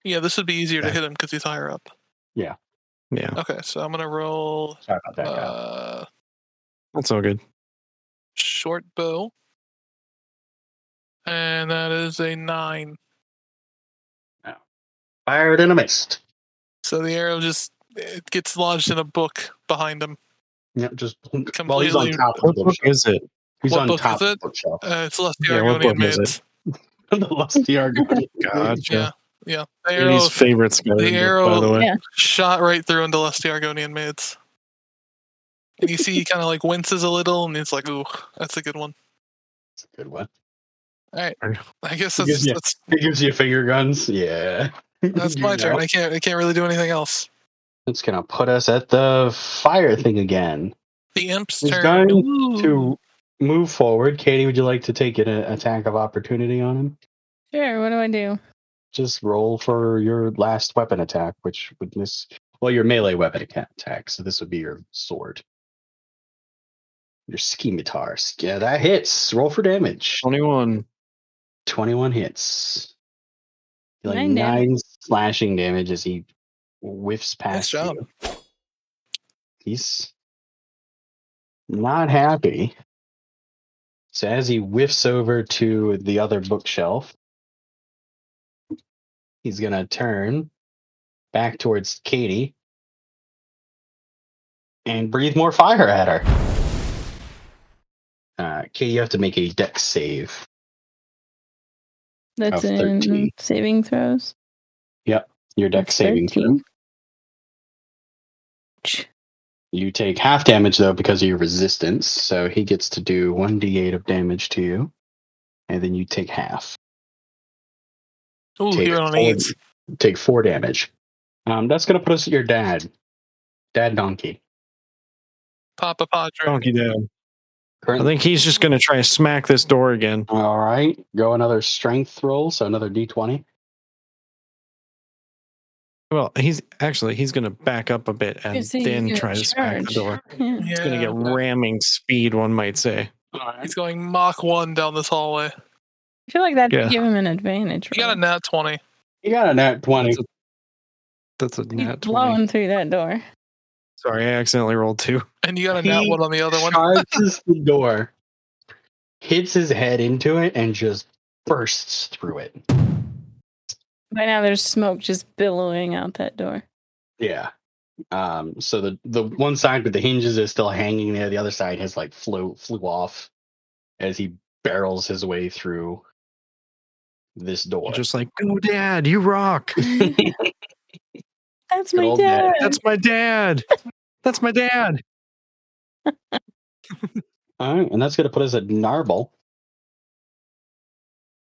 Speaker 4: Yeah, this would be easier to
Speaker 1: Okay.
Speaker 4: hit him because he's higher up.
Speaker 1: Yeah,
Speaker 4: Okay, so I'm gonna roll
Speaker 2: Sorry about that, Kyle.
Speaker 4: uh
Speaker 1: that's all good.
Speaker 4: short bow. And that is a nine.
Speaker 2: Fired and a missed.
Speaker 4: So the arrow just it gets lodged in a book behind him.
Speaker 2: Yeah, just well, he's on
Speaker 4: Completely-
Speaker 2: top of
Speaker 1: What
Speaker 2: the
Speaker 1: book
Speaker 2: bookshelf.
Speaker 1: is it?
Speaker 2: He's
Speaker 4: What
Speaker 2: on
Speaker 4: book
Speaker 2: top
Speaker 4: is
Speaker 2: of the
Speaker 4: it?
Speaker 2: bookshelf.
Speaker 4: Uh, it's Lust
Speaker 1: Yeah, what book is
Speaker 4: Argonian
Speaker 1: it?
Speaker 4: Mids.
Speaker 2: the lusty Argonian.
Speaker 1: Gotcha.
Speaker 4: Yeah.
Speaker 1: Yeah.
Speaker 4: The arrow
Speaker 1: favorite scavenger, by
Speaker 4: arrow-
Speaker 1: the way.
Speaker 3: Yeah.
Speaker 4: shot right through into Lusty Argonian mids. And you see he kind of like winces a little and it's like, ooh, that's a good one.
Speaker 2: That's a good one.
Speaker 4: I guess
Speaker 2: He
Speaker 4: that's
Speaker 2: gives you-
Speaker 4: that's,
Speaker 2: He gives you finger guns. Yeah.
Speaker 4: that's
Speaker 2: You
Speaker 4: my
Speaker 2: know.
Speaker 4: turn. I can't I can't really do anything else.
Speaker 2: It's gonna put us at the fire thing again.
Speaker 4: The imp's
Speaker 2: He's
Speaker 4: turn.
Speaker 2: going
Speaker 4: Ooh.
Speaker 2: to move forward. Katie, would you like to take an a- attack of opportunity on him?
Speaker 3: Sure, what do I do?
Speaker 2: Just roll for your last weapon attack, which would miss. Well, your melee weapon aca- attack. So this would be your sword. Your scimitar. Sk- Yeah, that hits. Roll for damage.
Speaker 1: 21.
Speaker 2: 21 hits. Like
Speaker 3: Nine
Speaker 2: nine,
Speaker 3: damage.
Speaker 2: slashing damage as he whiffs past
Speaker 4: job.
Speaker 2: you. He's not happy. So as he whiffs over to the other bookshelf, he's gonna turn back towards Katie and breathe more fire at her. Uh, Katie, you have to make a dex save.
Speaker 3: That's
Speaker 2: Of
Speaker 3: in
Speaker 2: 13.
Speaker 3: saving throws.
Speaker 2: Your dex
Speaker 3: That's
Speaker 2: saving throw.
Speaker 3: 13. Ch-
Speaker 2: You take half damage though because of your resistance, so he gets to do one d8 of damage to you, and then you take half.
Speaker 4: Ooh,
Speaker 2: take
Speaker 4: he went on
Speaker 2: four-
Speaker 4: eight.
Speaker 2: Take four damage. Um, that's gonna put us at your dad, Dad Donkey.
Speaker 4: Papa Padre.
Speaker 1: Donkey down. I
Speaker 2: Currently,
Speaker 1: think he's just going to try to smack this door again.
Speaker 2: all right. Go another strength roll, so another d20.
Speaker 1: Well, he's actually he's going to back up a bit and
Speaker 3: Is he
Speaker 1: then
Speaker 3: gonna
Speaker 1: try to smack the
Speaker 3: charge?
Speaker 1: door.
Speaker 3: Yeah.
Speaker 4: Yeah.
Speaker 1: It's going to get ramming speed, one might say.
Speaker 2: All right.
Speaker 4: He's going Mach 1 down this hallway.
Speaker 3: I feel like that'd
Speaker 1: Yeah.
Speaker 3: give him an advantage.
Speaker 4: He got
Speaker 3: right?
Speaker 4: a nat 20.
Speaker 2: You got a nat 20.
Speaker 1: That's a, that's a
Speaker 3: He's
Speaker 1: nat 20.
Speaker 3: blowing through that door.
Speaker 1: Sorry, I accidentally rolled two.
Speaker 4: And you got a nat
Speaker 2: He
Speaker 4: 1 on the other one.
Speaker 2: charges the door, hits his head into it, and just bursts through it.
Speaker 3: By now, there's smoke just billowing out that door.
Speaker 2: Yeah. Um, so the the one side with the hinges is still hanging there. The other side has like flew flew off as he barrels his way through this door.
Speaker 1: Just like, go, dad, you rock.
Speaker 3: That's
Speaker 2: Good
Speaker 3: my
Speaker 2: old
Speaker 3: dad.
Speaker 2: dad.
Speaker 1: That's my dad. That's my dad.
Speaker 2: All right, and that's gonna put us at Narble,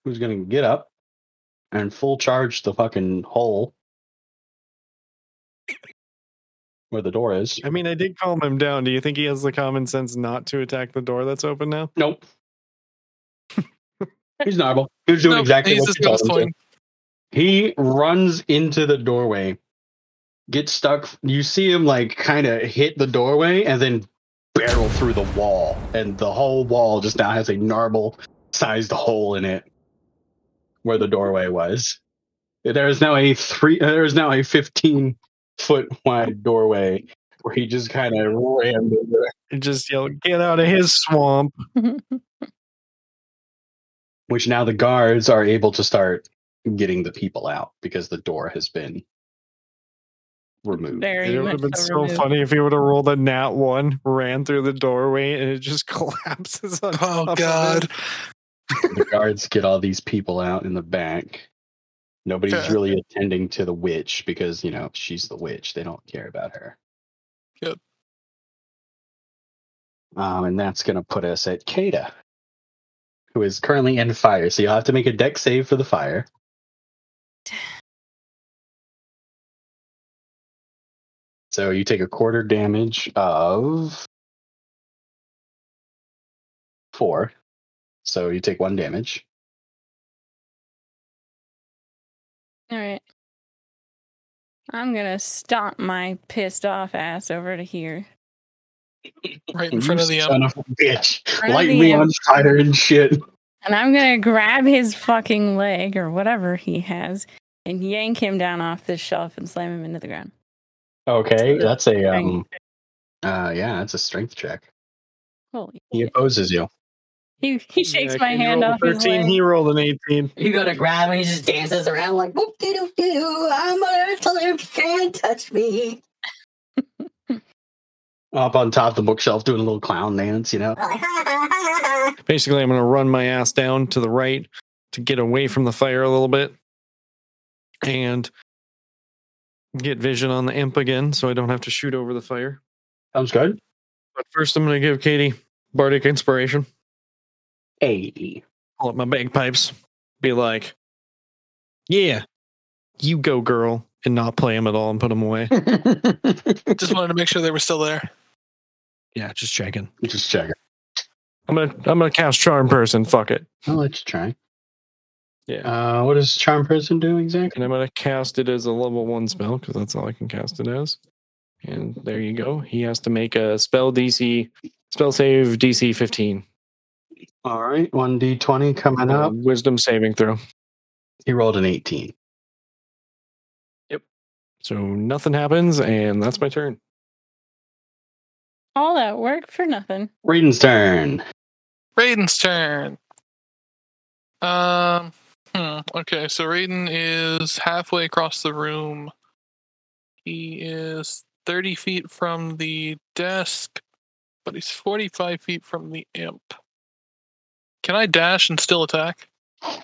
Speaker 2: who's gonna get up and full charge the fucking hole where the door is.
Speaker 1: I mean, I did calm him down. Do you think he has the common sense not to attack the door that's open now?
Speaker 2: Nope. He's Narble. He was doing
Speaker 4: Nope,
Speaker 2: exactly
Speaker 4: he's
Speaker 2: what
Speaker 4: just
Speaker 2: you told him to.
Speaker 4: going.
Speaker 2: He runs into the doorway, gets stuck. You see him like kind of hit the doorway and then barrel through the wall, and the whole wall just now has a narble-sized hole in it where the doorway was. There is now a three. There is now a fifteen-foot wide doorway where he just kind of rammed into it,
Speaker 1: And just yell, get out of his swamp.
Speaker 2: which now the guards are able to start getting the people out because the door has been removed.
Speaker 3: Very
Speaker 1: It would
Speaker 3: much
Speaker 1: have been
Speaker 3: so
Speaker 1: so
Speaker 3: removed.
Speaker 1: funny if he would have rolled a nat one, ran through the doorway, and it just collapses on top
Speaker 4: Oh,
Speaker 1: of
Speaker 4: God.
Speaker 1: him.
Speaker 2: the guards get all these people out in the back. Nobody's
Speaker 4: Yeah.
Speaker 2: really attending to the witch because, you know, she's the witch. They don't care about her.
Speaker 4: Yep.
Speaker 2: Um, and that's going to put us at Kada, who is currently in fire. So you'll have to make a deck save for the fire. So you take a quarter damage of four. So you take one damage.
Speaker 3: All right. I'm going to stomp my pissed off ass over to here.
Speaker 4: Right in front
Speaker 2: You
Speaker 4: of the um,
Speaker 2: son of a bitch.
Speaker 3: front of
Speaker 2: Light
Speaker 3: the
Speaker 2: me
Speaker 3: imp.
Speaker 2: on fire and shit.
Speaker 3: And I'm going to grab his fucking leg or whatever he has and yank him down off this shelf and slam him into the ground.
Speaker 2: Okay, that's a um
Speaker 3: Strength.
Speaker 2: uh yeah, that's a strength check.
Speaker 3: Holy.
Speaker 2: He
Speaker 3: shit.
Speaker 2: opposes you.
Speaker 3: He, he shakes
Speaker 1: Yeah,
Speaker 3: my
Speaker 1: he
Speaker 3: hand
Speaker 1: rolled a
Speaker 3: off his
Speaker 1: 13,
Speaker 3: leg.
Speaker 1: He rolled an 18.
Speaker 6: You go to grab him, he just dances around like, whoop doo doo doo, I'm an earth, you can't touch me.
Speaker 2: Up on top of the bookshelf doing a little clown dance, you know.
Speaker 1: Basically, I'm going to run my ass down to the right to get away from the fire a little bit and get vision on the imp again so I don't have to shoot over the fire.
Speaker 2: Sounds good.
Speaker 1: But first, I'm going to give Katie bardic inspiration,
Speaker 2: Eighty.
Speaker 1: pull up my bagpipes, be like, yeah, you go, girl, and not play them at all and put them away.
Speaker 4: just wanted to make sure they were still there.
Speaker 1: yeah, just checking.
Speaker 2: Just check it.
Speaker 1: I'm going to I'm going to cast charm person, fuck it.
Speaker 2: I'll let you try.
Speaker 1: Yeah.
Speaker 2: Uh what does Charm Person do exactly?
Speaker 1: and I'm going to cast it as a level one spell because that's all I can cast it as. And there you go. He has to make a spell DC, spell save DC 15.
Speaker 2: All right, one D twenty coming
Speaker 1: Uh,
Speaker 2: up.
Speaker 1: wisdom saving throw.
Speaker 2: He rolled an eighteen.
Speaker 1: So nothing happens, and that's my turn.
Speaker 3: All that work for nothing.
Speaker 2: Raiden's turn.
Speaker 4: Raiden's turn. Um. Hmm. Okay. So Raiden is halfway across the room. He is thirty feet from the desk, but he's forty-five feet from the imp. Can I dash and still attack?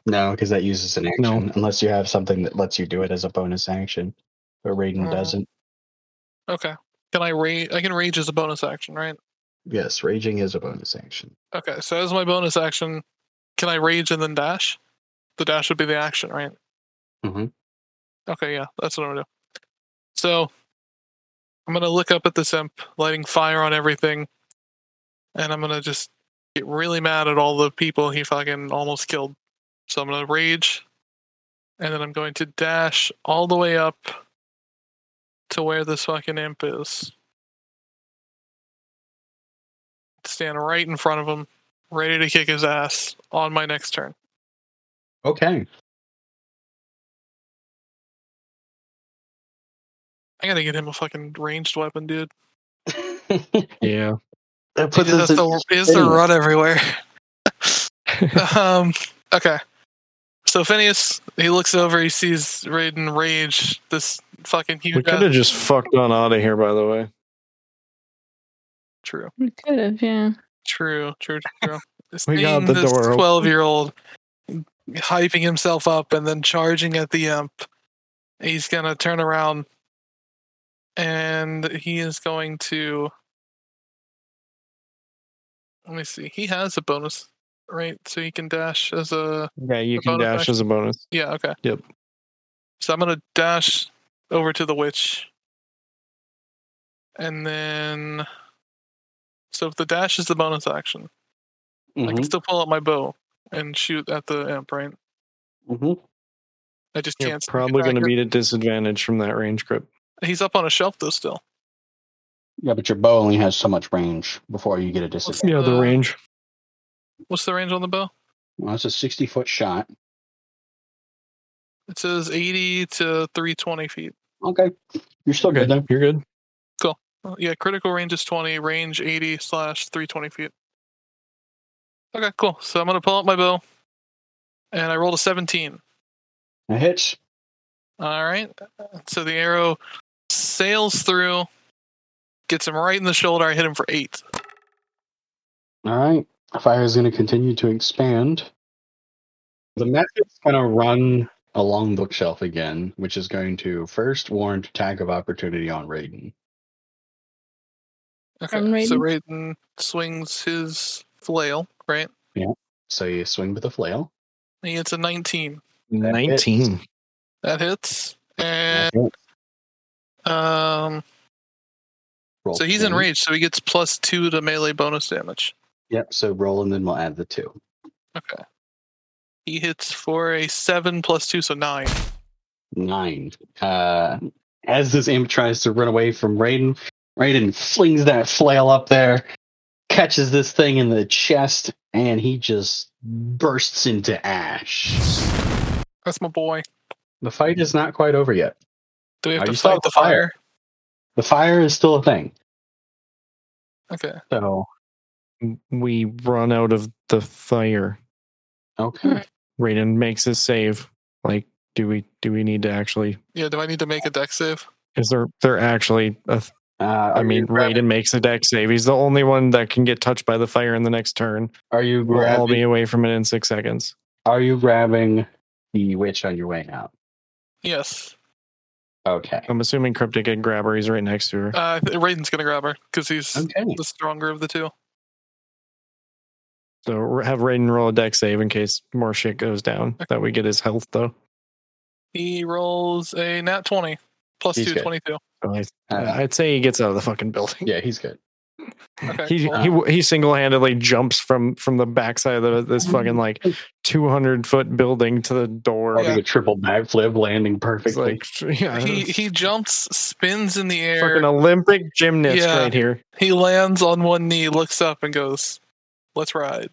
Speaker 2: No, because that uses an action
Speaker 1: No.
Speaker 2: unless you have something that lets you do it as a bonus action. But Raiden
Speaker 4: Uh.
Speaker 2: doesn't.
Speaker 4: Okay. Can I rage? I can rage as a bonus action, right?
Speaker 2: Yes, raging is a bonus action.
Speaker 4: Okay. So as my bonus action, can I rage and then dash? The dash would be the action, right?
Speaker 2: Mhm.
Speaker 4: Okay. Yeah, that's what I'm gonna do. So I'm gonna look up at this imp, lighting fire on everything, and I'm gonna just get really mad at all the people he fucking almost killed. So I'm gonna rage, and then I'm going to dash all the way up to where this fucking imp is. Stand right in front of him, ready to kick his ass on my next turn.
Speaker 2: Okay.
Speaker 4: I gotta get him a fucking ranged weapon, dude.
Speaker 2: that
Speaker 1: Yeah.
Speaker 4: He
Speaker 2: puts
Speaker 4: just
Speaker 2: us
Speaker 4: has
Speaker 2: at-
Speaker 4: to, he has to
Speaker 2: Phineas.
Speaker 4: run everywhere. um, okay. So Phineas, he looks over, he sees Raiden rage this fucking huge.
Speaker 1: We could have
Speaker 4: ass-
Speaker 1: just fucked on out of here, by the way.
Speaker 4: True,
Speaker 3: We could have, yeah.
Speaker 4: true, true, true. This
Speaker 1: We got the door open.
Speaker 4: Twelve-year-old hyping himself up and then charging at the imp. He's gonna turn around, and he is going to. Let me see. He has a bonus, right? So he can dash as a
Speaker 1: Yeah, you
Speaker 4: A
Speaker 1: can
Speaker 4: bonus
Speaker 1: dash
Speaker 4: action.
Speaker 1: as a bonus.
Speaker 4: Yeah, okay.
Speaker 1: Yep.
Speaker 4: So I'm gonna dash over to the witch. And then so if the dash is the bonus action, I can
Speaker 1: Mm-hmm.
Speaker 2: Mhm,
Speaker 4: still pull out my bow and shoot at the imp, right?
Speaker 2: mhm.
Speaker 4: I just
Speaker 1: You're
Speaker 4: can't sneak
Speaker 1: probably going to
Speaker 4: attack
Speaker 1: be at disadvantage from that range grip.
Speaker 4: her. he's up on a shelf though still.
Speaker 2: Yeah, but your bow only has so much range before you get a disadvantage.
Speaker 1: Yeah, the
Speaker 4: Uh,
Speaker 1: range.
Speaker 4: What's the range on the bow?
Speaker 2: Well, that's a sixty foot shot.
Speaker 4: It says eighty to three twenty feet.
Speaker 2: Okay, you're still
Speaker 1: Okay,
Speaker 2: good though.
Speaker 1: you're good.
Speaker 4: Well, Uh, Yeah, critical range is twenty, range eighty slash three twenty feet. Okay, cool. So I'm gonna pull out my bow. And I rolled a seventeen.
Speaker 2: It hits.
Speaker 4: All right. So the arrow sails through, gets him right in the shoulder. I hit him for eight.
Speaker 2: All right. Fire is going to continue to expand. The method's going to run along the bookshelf again, which is going to first warrant attack of opportunity on Raiden.
Speaker 4: Okay.
Speaker 3: From Raiden?
Speaker 4: So Raiden swings his flail, right?
Speaker 2: So you swing with a flail.
Speaker 4: He hits a 19.
Speaker 2: That hits.
Speaker 1: 19.
Speaker 4: That hits. And um
Speaker 2: Roll
Speaker 4: so he's
Speaker 2: damage.
Speaker 4: enraged, so he gets plus two to melee bonus damage.
Speaker 2: Yep. So roll and then we'll add the two.
Speaker 4: Okay. He hits for a seven plus two, so nine.
Speaker 2: Nine. Uh, as this imp tries to run away from Raiden, Raiden flings that flail up there, catches this thing in the chest, and he just bursts into ash.
Speaker 4: That's my boy.
Speaker 2: The fight is not quite over yet.
Speaker 4: Do we have
Speaker 2: Are
Speaker 4: to
Speaker 2: you still
Speaker 4: fight
Speaker 2: on
Speaker 4: the
Speaker 2: fire?
Speaker 4: fire?
Speaker 2: The fire is still a thing.
Speaker 4: Okay.
Speaker 2: So
Speaker 1: We run out of the fire.
Speaker 2: okay,
Speaker 1: Raiden makes his save. Like, do we do we need to actually?
Speaker 4: Yeah, do I need to make a deck save?
Speaker 1: Is there there actually? A, th-
Speaker 2: uh,
Speaker 1: I
Speaker 2: are
Speaker 1: mean,
Speaker 2: you grabbing,
Speaker 1: Raiden makes a deck save. He's the only one that can get touched by the fire in the next turn.
Speaker 2: are you
Speaker 1: We'll all be
Speaker 2: grabbing?
Speaker 1: away from it in six seconds.
Speaker 2: Are you grabbing the witch on your way out?
Speaker 4: Yes.
Speaker 2: Okay,
Speaker 1: I'm assuming Cryptic and Grabber. He's right next to her.
Speaker 4: Uh, th- Raiden's gonna grab her because he's
Speaker 1: Um,
Speaker 2: okay.
Speaker 4: the stronger of the two.
Speaker 1: So r- have Raiden roll a deck save in case more shit goes down. That we get his health though.
Speaker 4: He rolls a nat 20, plus
Speaker 2: He's
Speaker 4: two,
Speaker 2: good.
Speaker 4: 22.
Speaker 1: So I,
Speaker 2: Uh,
Speaker 1: I'd say he gets out of the fucking building.
Speaker 2: yeah, he's good.
Speaker 4: Okay,
Speaker 1: he
Speaker 4: cool.
Speaker 1: he he single-handedly jumps from from the backside of
Speaker 2: Mm-hmm.
Speaker 1: this fucking like 200 foot building to the door.
Speaker 2: Probably
Speaker 4: Yeah.
Speaker 2: a triple backflip landing
Speaker 1: It's
Speaker 2: perfectly.
Speaker 1: like yeah,
Speaker 4: he he jumps, spins in the air.
Speaker 1: fucking Olympic gymnast
Speaker 4: Yeah.
Speaker 1: right here.
Speaker 4: He lands on one knee, looks up, and goes, "Let's ride."